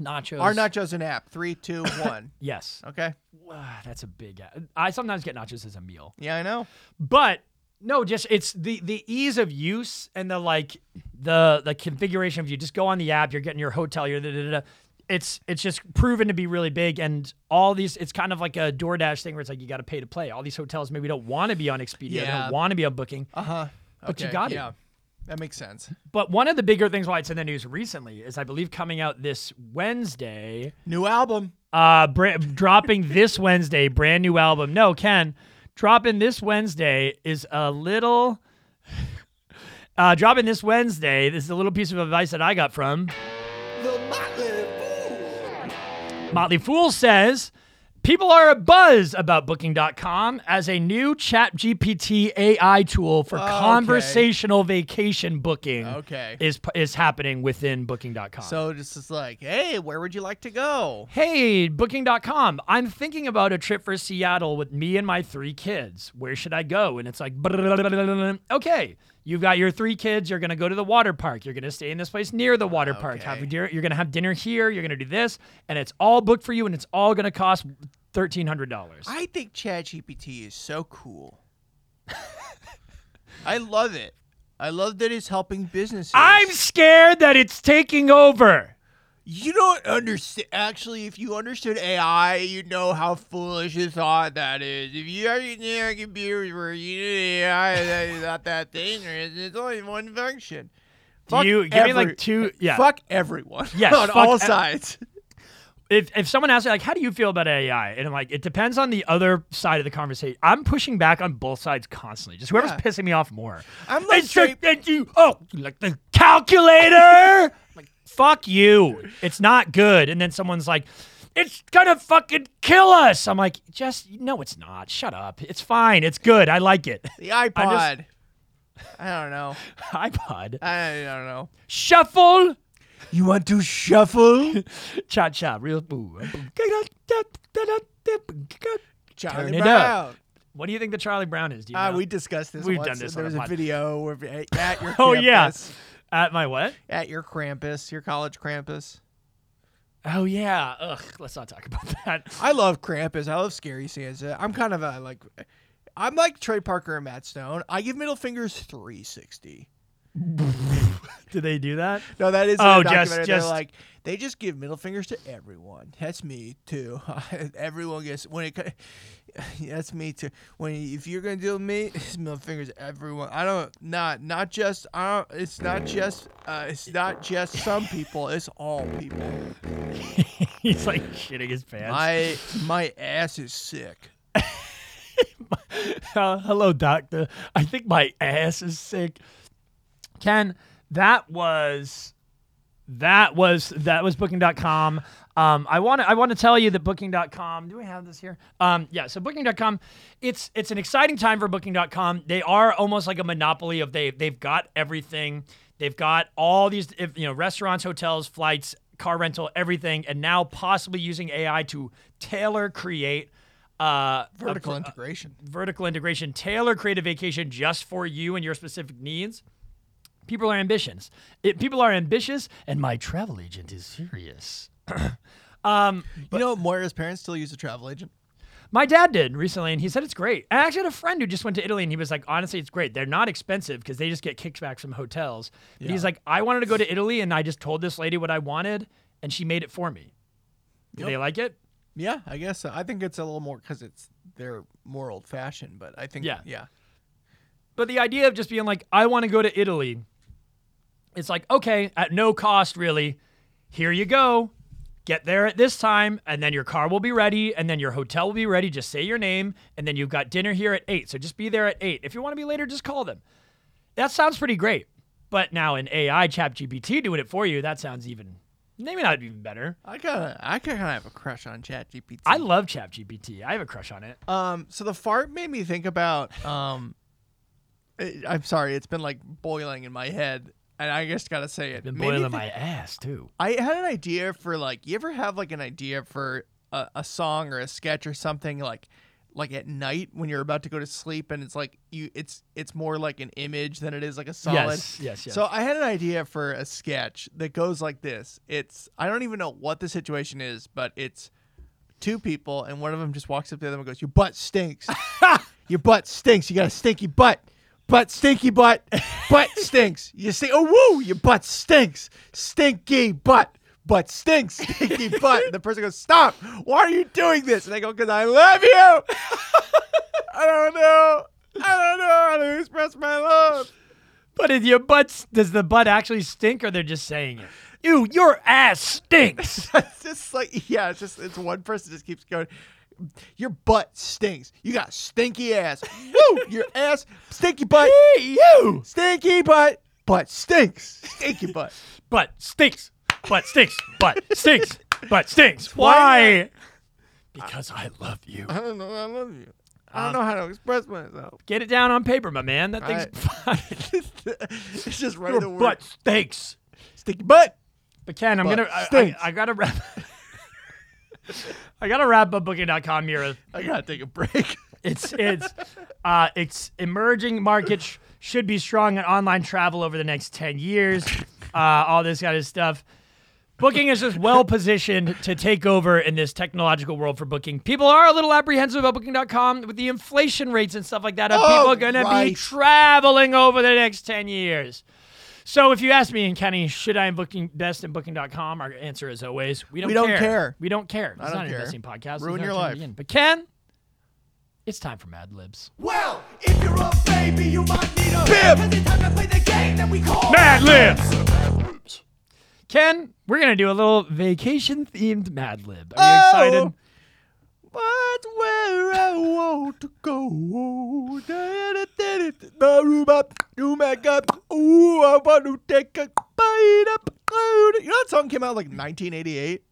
[SPEAKER 6] nachos.
[SPEAKER 7] Are nachos an app? Three, (laughs) two, one.
[SPEAKER 6] Yes,
[SPEAKER 7] Okay.
[SPEAKER 6] Wow, that's a big. a- I sometimes get nachos as a meal.
[SPEAKER 7] Yeah, I know.
[SPEAKER 6] but no just it's the the ease of use and the like the the configuration of you just go on the app you're getting your hotel you're da, da, da, da. it's it's just proven to be really big and all these it's kind of like a DoorDash thing where it's like you got to pay to play all these hotels maybe don't want to be on Expedia they
[SPEAKER 7] Yeah. Uh-huh.
[SPEAKER 6] don't want to be on booking But you
[SPEAKER 7] Okay,
[SPEAKER 6] got it.
[SPEAKER 7] Yeah. That makes sense.
[SPEAKER 6] but one of the bigger things why it's in the news recently is I believe coming out this Wednesday
[SPEAKER 7] New album.
[SPEAKER 6] uh bra- dropping this Wednesday brand new album. No, Ken, dropping this Wednesday is a little (laughs) uh dropping this Wednesday. This is a little piece of advice that I got from Motley Fool says people are abuzz about booking.com as a new chat GPT AI tool for conversational vacation booking.
[SPEAKER 7] Oh, Okay.
[SPEAKER 6] Is is happening within booking.com.
[SPEAKER 7] So just is like, hey, where would you like to go?
[SPEAKER 6] Hey, booking.com. I'm thinking about a trip for Seattle with me and my three kids. Where should I go? And it's like, (laughs) okay, you've got your three kids. You're going to go to the water park. You're going to stay in this place near the water park. Have
[SPEAKER 7] Ah, Okay.
[SPEAKER 6] dinner, you're going to have dinner here. You're going to do this. And it's all booked for you and it's all going to cost $1,300.
[SPEAKER 7] I think ChatGPT is so (laughs) cool. I love it. I love that it's helping businesses.
[SPEAKER 6] I'm scared that it's taking over.
[SPEAKER 7] You don't understand. Actually, if you understood AI, you'd know how foolish a thought that is. If you are using a computer where you need AI, that is not that dangerous. It's only one function. Fuck
[SPEAKER 6] you give me like
[SPEAKER 7] every-
[SPEAKER 6] two? Yeah.
[SPEAKER 7] Fuck everyone.
[SPEAKER 6] Yes,
[SPEAKER 7] on
[SPEAKER 6] fuck
[SPEAKER 7] all
[SPEAKER 6] ev-
[SPEAKER 7] sides.
[SPEAKER 6] if if someone asks me like how do you feel about AI and I'm like it depends on the other side of the conversation. I'm pushing back on both sides constantly. Just whoever's pissing me off more.
[SPEAKER 7] I'm like
[SPEAKER 6] it's like,
[SPEAKER 7] straight-
[SPEAKER 6] that you oh you like the
[SPEAKER 7] (laughs)
[SPEAKER 6] calculator. like fuck you. It's not good. And then someone's like it's gonna fucking kill us. I'm like, just no, it's not. Shut up. It's fine. It's good. I like it. (laughs)
[SPEAKER 7] The iPod. (laughs) I don't know.
[SPEAKER 6] iPod.
[SPEAKER 7] I don't know.
[SPEAKER 6] Shuffle.
[SPEAKER 7] You want to shuffle?
[SPEAKER 6] (laughs) Cha cha.
[SPEAKER 7] (laughs)
[SPEAKER 6] Real boo.
[SPEAKER 7] Charlie
[SPEAKER 6] Turn it
[SPEAKER 7] Brown.
[SPEAKER 6] up. What do you think the Charlie Brown is? Do you
[SPEAKER 7] Ah,
[SPEAKER 6] know?
[SPEAKER 7] we discussed this.
[SPEAKER 6] We've
[SPEAKER 7] once,
[SPEAKER 6] done this
[SPEAKER 7] and There
[SPEAKER 6] on
[SPEAKER 7] was
[SPEAKER 6] the
[SPEAKER 7] a
[SPEAKER 6] pod.
[SPEAKER 7] video where, at, at (laughs) your
[SPEAKER 6] Oh
[SPEAKER 7] campus,
[SPEAKER 6] yeah. At my what?
[SPEAKER 7] at your Krampus, your college Krampus.
[SPEAKER 6] Oh yeah. Ugh. Let's not talk about (laughs) that.
[SPEAKER 7] I love Krampus. I love Scary Santa. I'm kind of a like, I'm like Trey Parker and Matt Stone. I give middle fingers 360.
[SPEAKER 6] Do they do that? (laughs)
[SPEAKER 7] No, that is in
[SPEAKER 6] Oh,
[SPEAKER 7] the
[SPEAKER 6] just-
[SPEAKER 7] documentary.
[SPEAKER 6] just-
[SPEAKER 7] They're like they just give middle fingers to everyone. That's me too. (laughs) everyone gets when it. co- (laughs) That's me too. When if you're gonna deal with me, (laughs) it's middle fingers to everyone. I don't not not just I don't. It's not just uh, it's not just some people. It's all (laughs) people.
[SPEAKER 6] He's like shitting his pants.
[SPEAKER 7] My my ass is sick.
[SPEAKER 6] (laughs) Uh, hello, doctor. I think my ass is sick. Ken, that was that was that was booking.com. Um, I want to I want to tell you that booking.com. Do we have this here? Um, yeah, so booking.com it's it's an exciting time for booking.com. They are almost like a monopoly of they they've got everything. They've got all these if, you know restaurants, hotels, flights, car rental, everything and now possibly using AI to tailor create uh, a-
[SPEAKER 7] Vertical integration.
[SPEAKER 6] vertical integration, tailor create a vacation just for you and your specific needs. People are ambitions. It, people are ambitious, and my travel agent is serious.
[SPEAKER 7] you know, Moira's parents still use a travel agent.
[SPEAKER 6] My dad did recently, and he said it's great. I actually had a friend who just went to Italy, and he was like, honestly, it's great. They're not expensive because they just get kickbacks from hotels. But he's like, I wanted to go to Italy, and I just told this lady what I wanted, and she made it for me. Do they like it?
[SPEAKER 7] Yeah, I guess so. I think it's a little more because it's they're more old fashioned, but I think
[SPEAKER 6] Yeah.
[SPEAKER 7] yeah.
[SPEAKER 6] But the idea of just being like, I want to go to Italy, it's like, okay, at no cost, really. Here you go. Get there at this time, and then your car will be ready, and then your hotel will be ready. Just say your name, and then you've got dinner here at eight. So just be there at eight. If you want to be later, just call them. That sounds pretty great. But now an AI chat GPT doing it for you, that sounds even maybe not even better.
[SPEAKER 7] I kind of I kind of have a crush on ChatGPT.
[SPEAKER 6] I love chat GPT. I have a crush on it.
[SPEAKER 7] um so the fart made me think about um I- I'm sorry, it's been like boiling in my head and I just got to say it.
[SPEAKER 6] Been
[SPEAKER 7] Made me
[SPEAKER 6] boiling
[SPEAKER 7] think-
[SPEAKER 6] my ass too.
[SPEAKER 7] I had an idea for like you ever have like an idea for a, a song or a sketch or something like like at night when you're about to go to sleep and it's like you it's it's more like an image than it is like a solid
[SPEAKER 6] Yes, yes, yes.
[SPEAKER 7] so i had an idea for a sketch that goes like this it's i don't even know what the situation is but it's two people and one of them just walks up to the other and goes your butt
[SPEAKER 6] (laughs)
[SPEAKER 7] stinks your butt stinks you got a stinky butt butt stinky butt
[SPEAKER 6] (laughs)
[SPEAKER 7] butt stinks you say oh woo your butt stinks stinky butt butt stinks
[SPEAKER 6] (laughs)
[SPEAKER 7] stinky butt and the person goes stop why are you doing this and i go because i love
[SPEAKER 6] (laughs)
[SPEAKER 7] you i don't know i don't know how to express my love
[SPEAKER 6] But is your butt? Does the butt actually stink, or they're just saying it? Ew, your ass
[SPEAKER 7] (laughs)
[SPEAKER 6] stinks.
[SPEAKER 7] it's just like yeah it's just it's one person just keeps going your butt stinks. You got stinky (laughs) ass. Woo! Your ass, stinky butt. you stinky butt. Butt stinks. Stinky butt.
[SPEAKER 6] butt stinks. Butt stinks.
[SPEAKER 7] (laughs)
[SPEAKER 6] Butt stinks. Butt stinks.
[SPEAKER 7] Why?
[SPEAKER 6] Why? Because I love you.
[SPEAKER 7] (laughs) I don't know. I love you. I don't know how to express myself.
[SPEAKER 6] Get it down on paper, my man. That thing's fine.
[SPEAKER 7] (laughs) it's just right
[SPEAKER 6] your butt stinks.
[SPEAKER 7] Stinky butt.
[SPEAKER 6] But Ken, I'm
[SPEAKER 7] Butt
[SPEAKER 6] gonna. I- I,
[SPEAKER 7] stinks.
[SPEAKER 6] I, gotta wrap. (laughs) I gotta wrap up booking.com here.
[SPEAKER 7] I gotta take a break. (laughs)
[SPEAKER 6] It's it's uh, it's emerging markets sh- should be strong in online travel over the next ten years. Uh, all this kind of stuff. Booking is just well positioned to take over in this technological world for booking. People are a little apprehensive about booking.com with the inflation rates and stuff like that. Are people
[SPEAKER 7] Oh,
[SPEAKER 6] going to be
[SPEAKER 7] right.
[SPEAKER 6] traveling over the next 10 years? So if you ask me and Kenny, should I booking best in booking.com? Our answer is always we don't,
[SPEAKER 7] We don't care.
[SPEAKER 6] We don't care. It's
[SPEAKER 7] don't
[SPEAKER 6] not an
[SPEAKER 7] care.
[SPEAKER 6] investing podcast. There's
[SPEAKER 7] Ruin
[SPEAKER 6] no
[SPEAKER 7] your
[SPEAKER 6] time to
[SPEAKER 7] life.
[SPEAKER 6] begin. But Ken, it's time for Mad Libs.
[SPEAKER 4] Well, if you're a baby, you might need a Cause it's time to play the game that we call
[SPEAKER 6] Mad Libs. Ken, we're gonna do a little vacation themed Mad Lib. Are you
[SPEAKER 7] Oh!
[SPEAKER 6] excited?
[SPEAKER 7] But where I want to go, the room up, room back up. Ooh, I want to take a bite up. You know that song came out like 1988.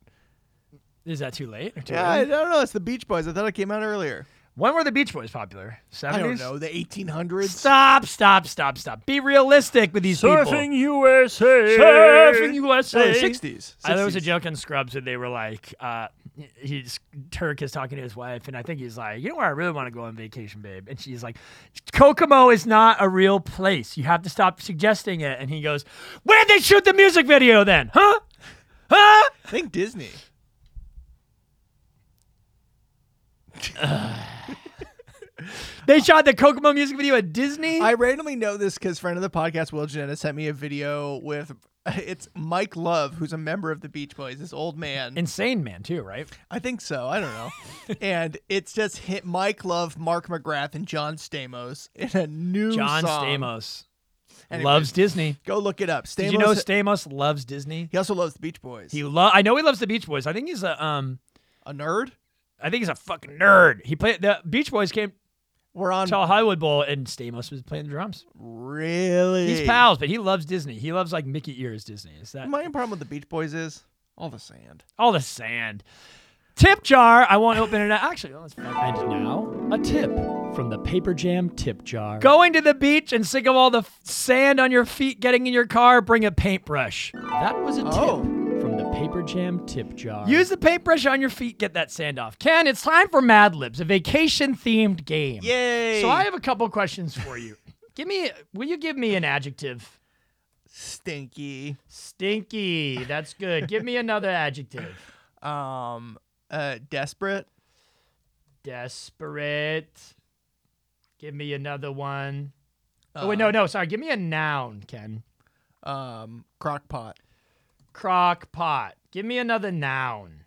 [SPEAKER 6] Is that too late? Or too
[SPEAKER 7] Yeah,
[SPEAKER 6] early?
[SPEAKER 7] I don't know. It's the Beach Boys. I thought it came out earlier.
[SPEAKER 6] When were the Beach Boys popular? 70s?
[SPEAKER 7] I don't know. The 1800s.
[SPEAKER 6] Stop, stop, stop, stop. Be realistic with these people.
[SPEAKER 2] USA.
[SPEAKER 6] Surfing USA.
[SPEAKER 7] No, the 60s.
[SPEAKER 6] I, there was a
[SPEAKER 7] 60s.
[SPEAKER 6] joke in Scrubs where they were like, uh, he's Turk is talking to his wife, and I think he's like, you know where I really want to go on vacation, babe? And she's like, Kokomo is not a real place. You have to stop suggesting it. And he goes, where'd they shoot the music video then? Huh? Huh?
[SPEAKER 7] I think Disney.
[SPEAKER 6] They shot the Kokomo music video at Disney?
[SPEAKER 7] I randomly know this because friend of the podcast, Will Janetta, sent me a video with (laughs) it's Mike Love, who's a member of the Beach Boys, this old man.
[SPEAKER 6] Insane man, too, right?
[SPEAKER 7] I think so. I don't
[SPEAKER 6] (laughs)
[SPEAKER 7] know. and it's just hit Mike Love, Mark McGrath, and John Stamos in a new
[SPEAKER 6] John
[SPEAKER 7] song.
[SPEAKER 6] Stamos
[SPEAKER 7] Anyways,
[SPEAKER 6] loves Disney.
[SPEAKER 7] Go look it up. Stamos.
[SPEAKER 6] Did you know Stamos loves Disney?
[SPEAKER 7] he also loves the Beach Boys.
[SPEAKER 6] He lo- I know he loves the Beach Boys. I think he's a um
[SPEAKER 7] a nerd?
[SPEAKER 6] I think he's a fucking nerd. He played the Beach Boys came
[SPEAKER 7] We're on
[SPEAKER 6] to Hollywood Bowl and Stamos was playing the drums.
[SPEAKER 7] really.
[SPEAKER 6] He's pals, but he loves Disney. He loves like Mickey ears Disney. Is that
[SPEAKER 7] My problem with the Beach Boys is all the
[SPEAKER 6] (laughs)
[SPEAKER 7] sand.
[SPEAKER 6] all the sand? Tip jar. I won't open it up. Actually, let's find it now.
[SPEAKER 9] A tip from the Paper Jam tip jar.
[SPEAKER 6] Going to the beach and sick of all the f- sand on your feet, getting in your car, bring a paintbrush.
[SPEAKER 9] That was a tip
[SPEAKER 7] Oh.
[SPEAKER 9] from the Paper Jam tip jar.
[SPEAKER 6] Use the paintbrush on your feet, get that sand off. Ken, it's time for Mad Libs, a vacation themed game.
[SPEAKER 7] Yay.
[SPEAKER 6] So I have a couple questions
[SPEAKER 7] (laughs)
[SPEAKER 6] for you. give me, will you give me an adjective?
[SPEAKER 7] stinky.
[SPEAKER 6] Stinky. That's good. Give me another adjective.
[SPEAKER 7] Um, uh, desperate.
[SPEAKER 6] Desperate. Give me another one. oh, wait, no, no, sorry. Give me a noun, Ken.
[SPEAKER 7] Um, crockpot.
[SPEAKER 6] Crock pot. Give me another noun.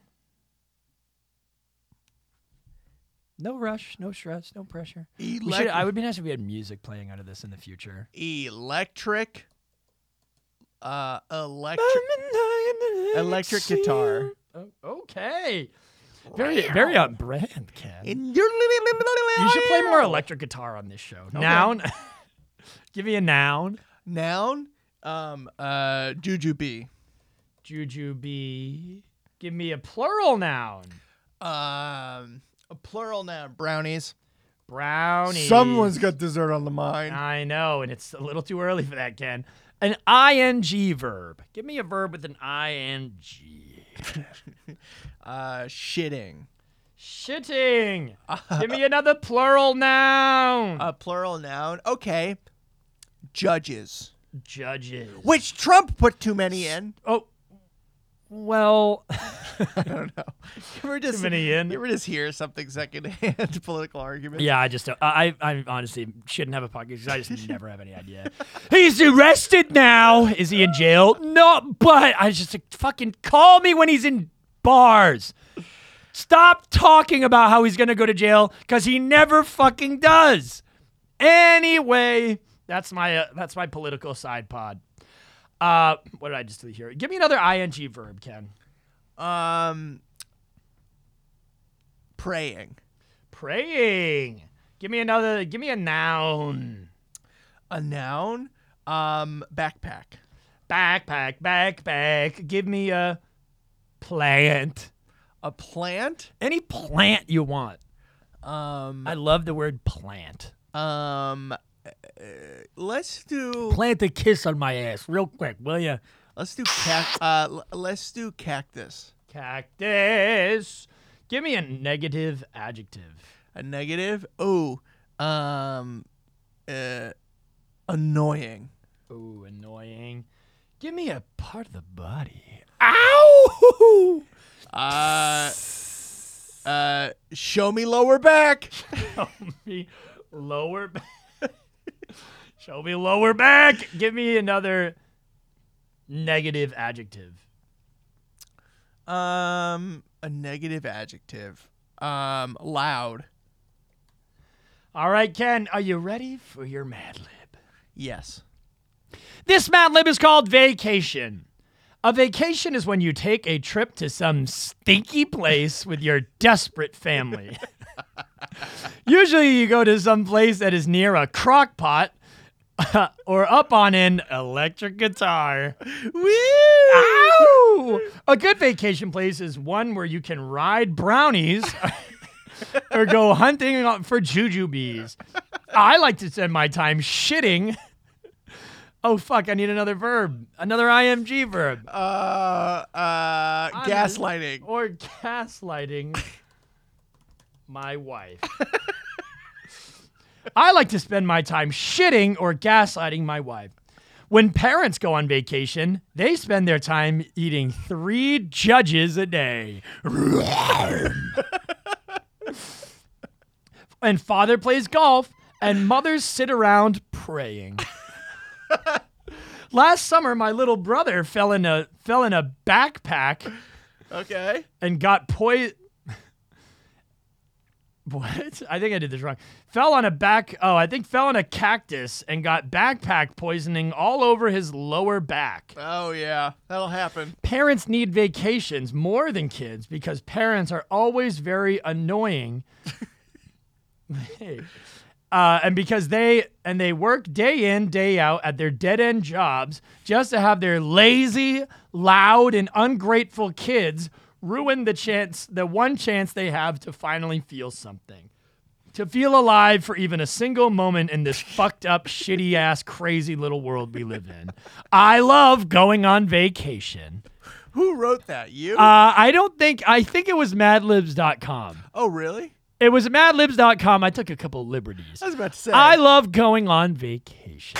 [SPEAKER 6] No rush, no stress, no pressure. We should,
[SPEAKER 7] Elec-
[SPEAKER 6] I would be nice if we had music playing under this in the future.
[SPEAKER 7] electric. Uh, electric. Electric guitar.
[SPEAKER 6] Oh, Okay. Very, very on brand, Ken.
[SPEAKER 7] In your
[SPEAKER 6] You should play more electric guitar on this show. Noun. (laughs) Give me a noun.
[SPEAKER 7] Noun. Um, uh, jujube.
[SPEAKER 6] Juju B. Give me a plural noun.
[SPEAKER 7] Um, a plural noun. Brownies.
[SPEAKER 6] Brownie.
[SPEAKER 7] got dessert on the mind.
[SPEAKER 6] I know, and it's a little too early for that, Ken. An ing verb. Give me a verb with an ing.
[SPEAKER 7] Uh, shitting.
[SPEAKER 6] (laughs) Shitting. Give me another plural noun.
[SPEAKER 7] A plural noun. Okay. Judges.
[SPEAKER 6] Judges.
[SPEAKER 7] Which Trump put too many (laughs) in.
[SPEAKER 6] Oh, well, (laughs)
[SPEAKER 7] You were just
[SPEAKER 6] many in.
[SPEAKER 7] You were just here something secondhand (laughs) political argument.
[SPEAKER 6] yeah. I just don't, I I I honestly shouldn't have a podcast. 'cause I just never have any idea. He's arrested now. Is he in jail? No, but I just like, fucking call me when he's in bars. Stop talking about how he's gonna go to jail because he never fucking does. Anyway, that's my uh, that's my political side pod. Uh, what did I just do here? Give me another ing verb, Ken.
[SPEAKER 7] Um, praying.
[SPEAKER 6] Praying. Give me another. Give me a noun.
[SPEAKER 7] A noun. Um, backpack.
[SPEAKER 6] Backpack, backpack. Give me a plant.
[SPEAKER 7] A plant.
[SPEAKER 6] Any plant you want.
[SPEAKER 7] Um,
[SPEAKER 6] I love the word plant.
[SPEAKER 7] um, uh, let's do
[SPEAKER 6] Plant a kiss on my ass, real quick, will ya?
[SPEAKER 7] let's do cac- uh, l- let's do cactus.
[SPEAKER 6] Cactus. Give me a negative adjective.
[SPEAKER 7] A negative. Oh, um, uh, annoying.
[SPEAKER 6] Ooh, annoying. Give me a part of the body. (laughs) Ow!
[SPEAKER 7] Uh, uh, show me lower back.
[SPEAKER 6] me lower back. Show me lower back. Give me another negative adjective.
[SPEAKER 7] Um, a negative adjective. Um, loud.
[SPEAKER 6] All right, Ken, are you ready for your Mad Lib?
[SPEAKER 7] Yes.
[SPEAKER 6] This Mad Lib is called Vacation. A vacation is when you take a trip to some stinky place with your desperate family. (laughs) Usually you go to some place that is near a crock pot (laughs) or up on an electric guitar. Woo! Ow! A good vacation place is one where you can ride brownies (laughs) or go hunting on- for juju bees. I like to spend my time shitting. Oh fuck! I need another verb, another IMG verb,
[SPEAKER 7] Uh, uh, gaslighting.
[SPEAKER 6] or gaslighting my wife. (laughs) I like to spend my time shitting or gaslighting my wife. When parents go on vacation, they spend their time eating three judges a day. (laughs) and father plays golf, and mothers sit around (laughs) praying. Last summer, my little brother fell in a fell in a backpack
[SPEAKER 7] Okay.
[SPEAKER 6] and got poi. (laughs) What? I think I did this wrong. Fell on a back. Oh, I think fell on a cactus and got backpack poisoning all over his lower back.
[SPEAKER 7] Oh yeah, that'll happen.
[SPEAKER 6] Parents need vacations more than kids because parents are always very annoying. (laughs) Hey. Uh, and because they and they work day in day out at their dead end jobs just to have their lazy, loud, and ungrateful kids ruin the chance, the one chance they have to finally feel something, to feel alive for even a single moment in this fucked up, shitty ass, crazy little world we live in. I love going on vacation.
[SPEAKER 7] Who wrote that? You?
[SPEAKER 6] Uh, I don't think I think it was madlibs.com.
[SPEAKER 7] oh really?
[SPEAKER 6] It was madlibs.com. I took a couple liberties.
[SPEAKER 7] I was about to say.
[SPEAKER 6] I love going on vacation.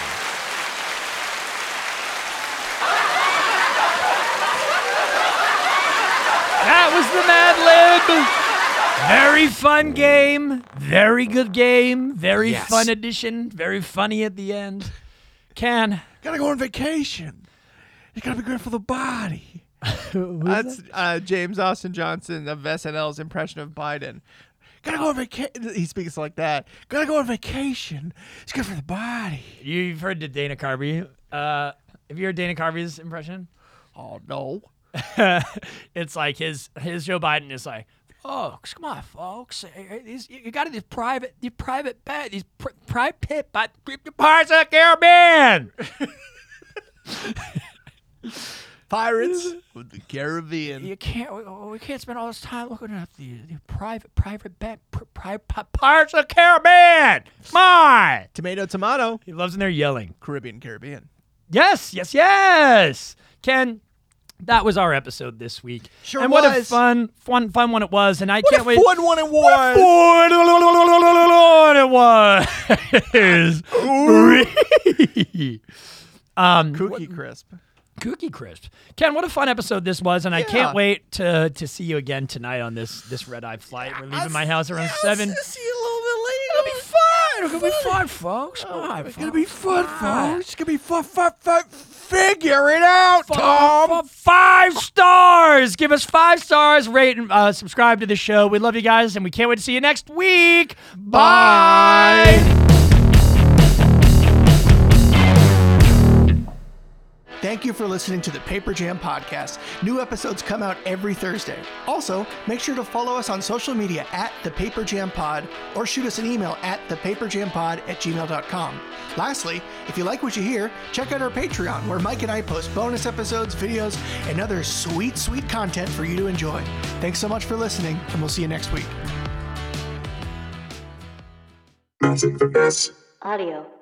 [SPEAKER 6] that was the Mad Lib. Very fun game. Very good game. Very
[SPEAKER 2] Yes.
[SPEAKER 6] fun edition. Very funny at the end. Can.
[SPEAKER 7] gotta go on vacation. You gotta be good for the body. That's uh, James Austin Johnson of SNL's impression of Biden. Gotta go on vacation. He speaks like that. Gotta go on vacation. It's good for the body.
[SPEAKER 6] You've heard the Dana Carvey. Uh, have you heard Dana Carvey's impression?
[SPEAKER 7] Oh no.
[SPEAKER 6] (laughs) it's like his his Joe Biden is like, folks, come on, folks, Hey, hey, these, you you got to these private, these private bed, these pri- private pit, but the parts of the Caribbean.
[SPEAKER 7] (laughs) Pirates with the Caribbean.
[SPEAKER 6] You can't, we, oh, we can't spend all this time looking at the, the private, private bed, pri- pri- pri- parts of the Caribbean. Come on.
[SPEAKER 7] Tomato, tomato.
[SPEAKER 6] He loves when they're yelling.
[SPEAKER 7] Caribbean, Caribbean.
[SPEAKER 6] Yes, yes, yes. Ken, that was our episode this week.
[SPEAKER 7] Sure
[SPEAKER 6] and what a
[SPEAKER 7] was.
[SPEAKER 6] fun, fun, fun one it was. And I
[SPEAKER 7] What
[SPEAKER 6] can't
[SPEAKER 7] a
[SPEAKER 6] wait.
[SPEAKER 7] fun one it was.
[SPEAKER 6] What it was. um,
[SPEAKER 7] Cookie crisp.
[SPEAKER 6] (laughs) Cookie Crisp. Ken, what a fun episode this was, and I
[SPEAKER 7] Yeah.
[SPEAKER 6] can't wait to to see you again tonight on this this red eye flight. We're leaving my house around seven.
[SPEAKER 7] See you a little bit later. Oh,
[SPEAKER 6] It's gonna be fun, folks. Ah, Come on,
[SPEAKER 7] It's gonna be fun,
[SPEAKER 8] Ah.
[SPEAKER 2] oh,
[SPEAKER 7] folks. It's gonna be fun, fun, fun. Figure it out, Tom.
[SPEAKER 6] F- Five stars. Give us five stars. Rate and uh, subscribe to the show. We love you guys, and we can't wait to see you next week. Bye.
[SPEAKER 8] Thank you for listening to the Paper Jam Podcast. New episodes come out every Thursday. Also, make sure to follow us on social media at the Paper Jam Pod or shoot us an email at thepaperjampod at gmail.com. Lastly, if you like what you hear, check out our Patreon where Mike and I post bonus episodes, videos, and other sweet, sweet content for you to enjoy. Thanks so much for listening, and we'll see you next week.
[SPEAKER 10] Audio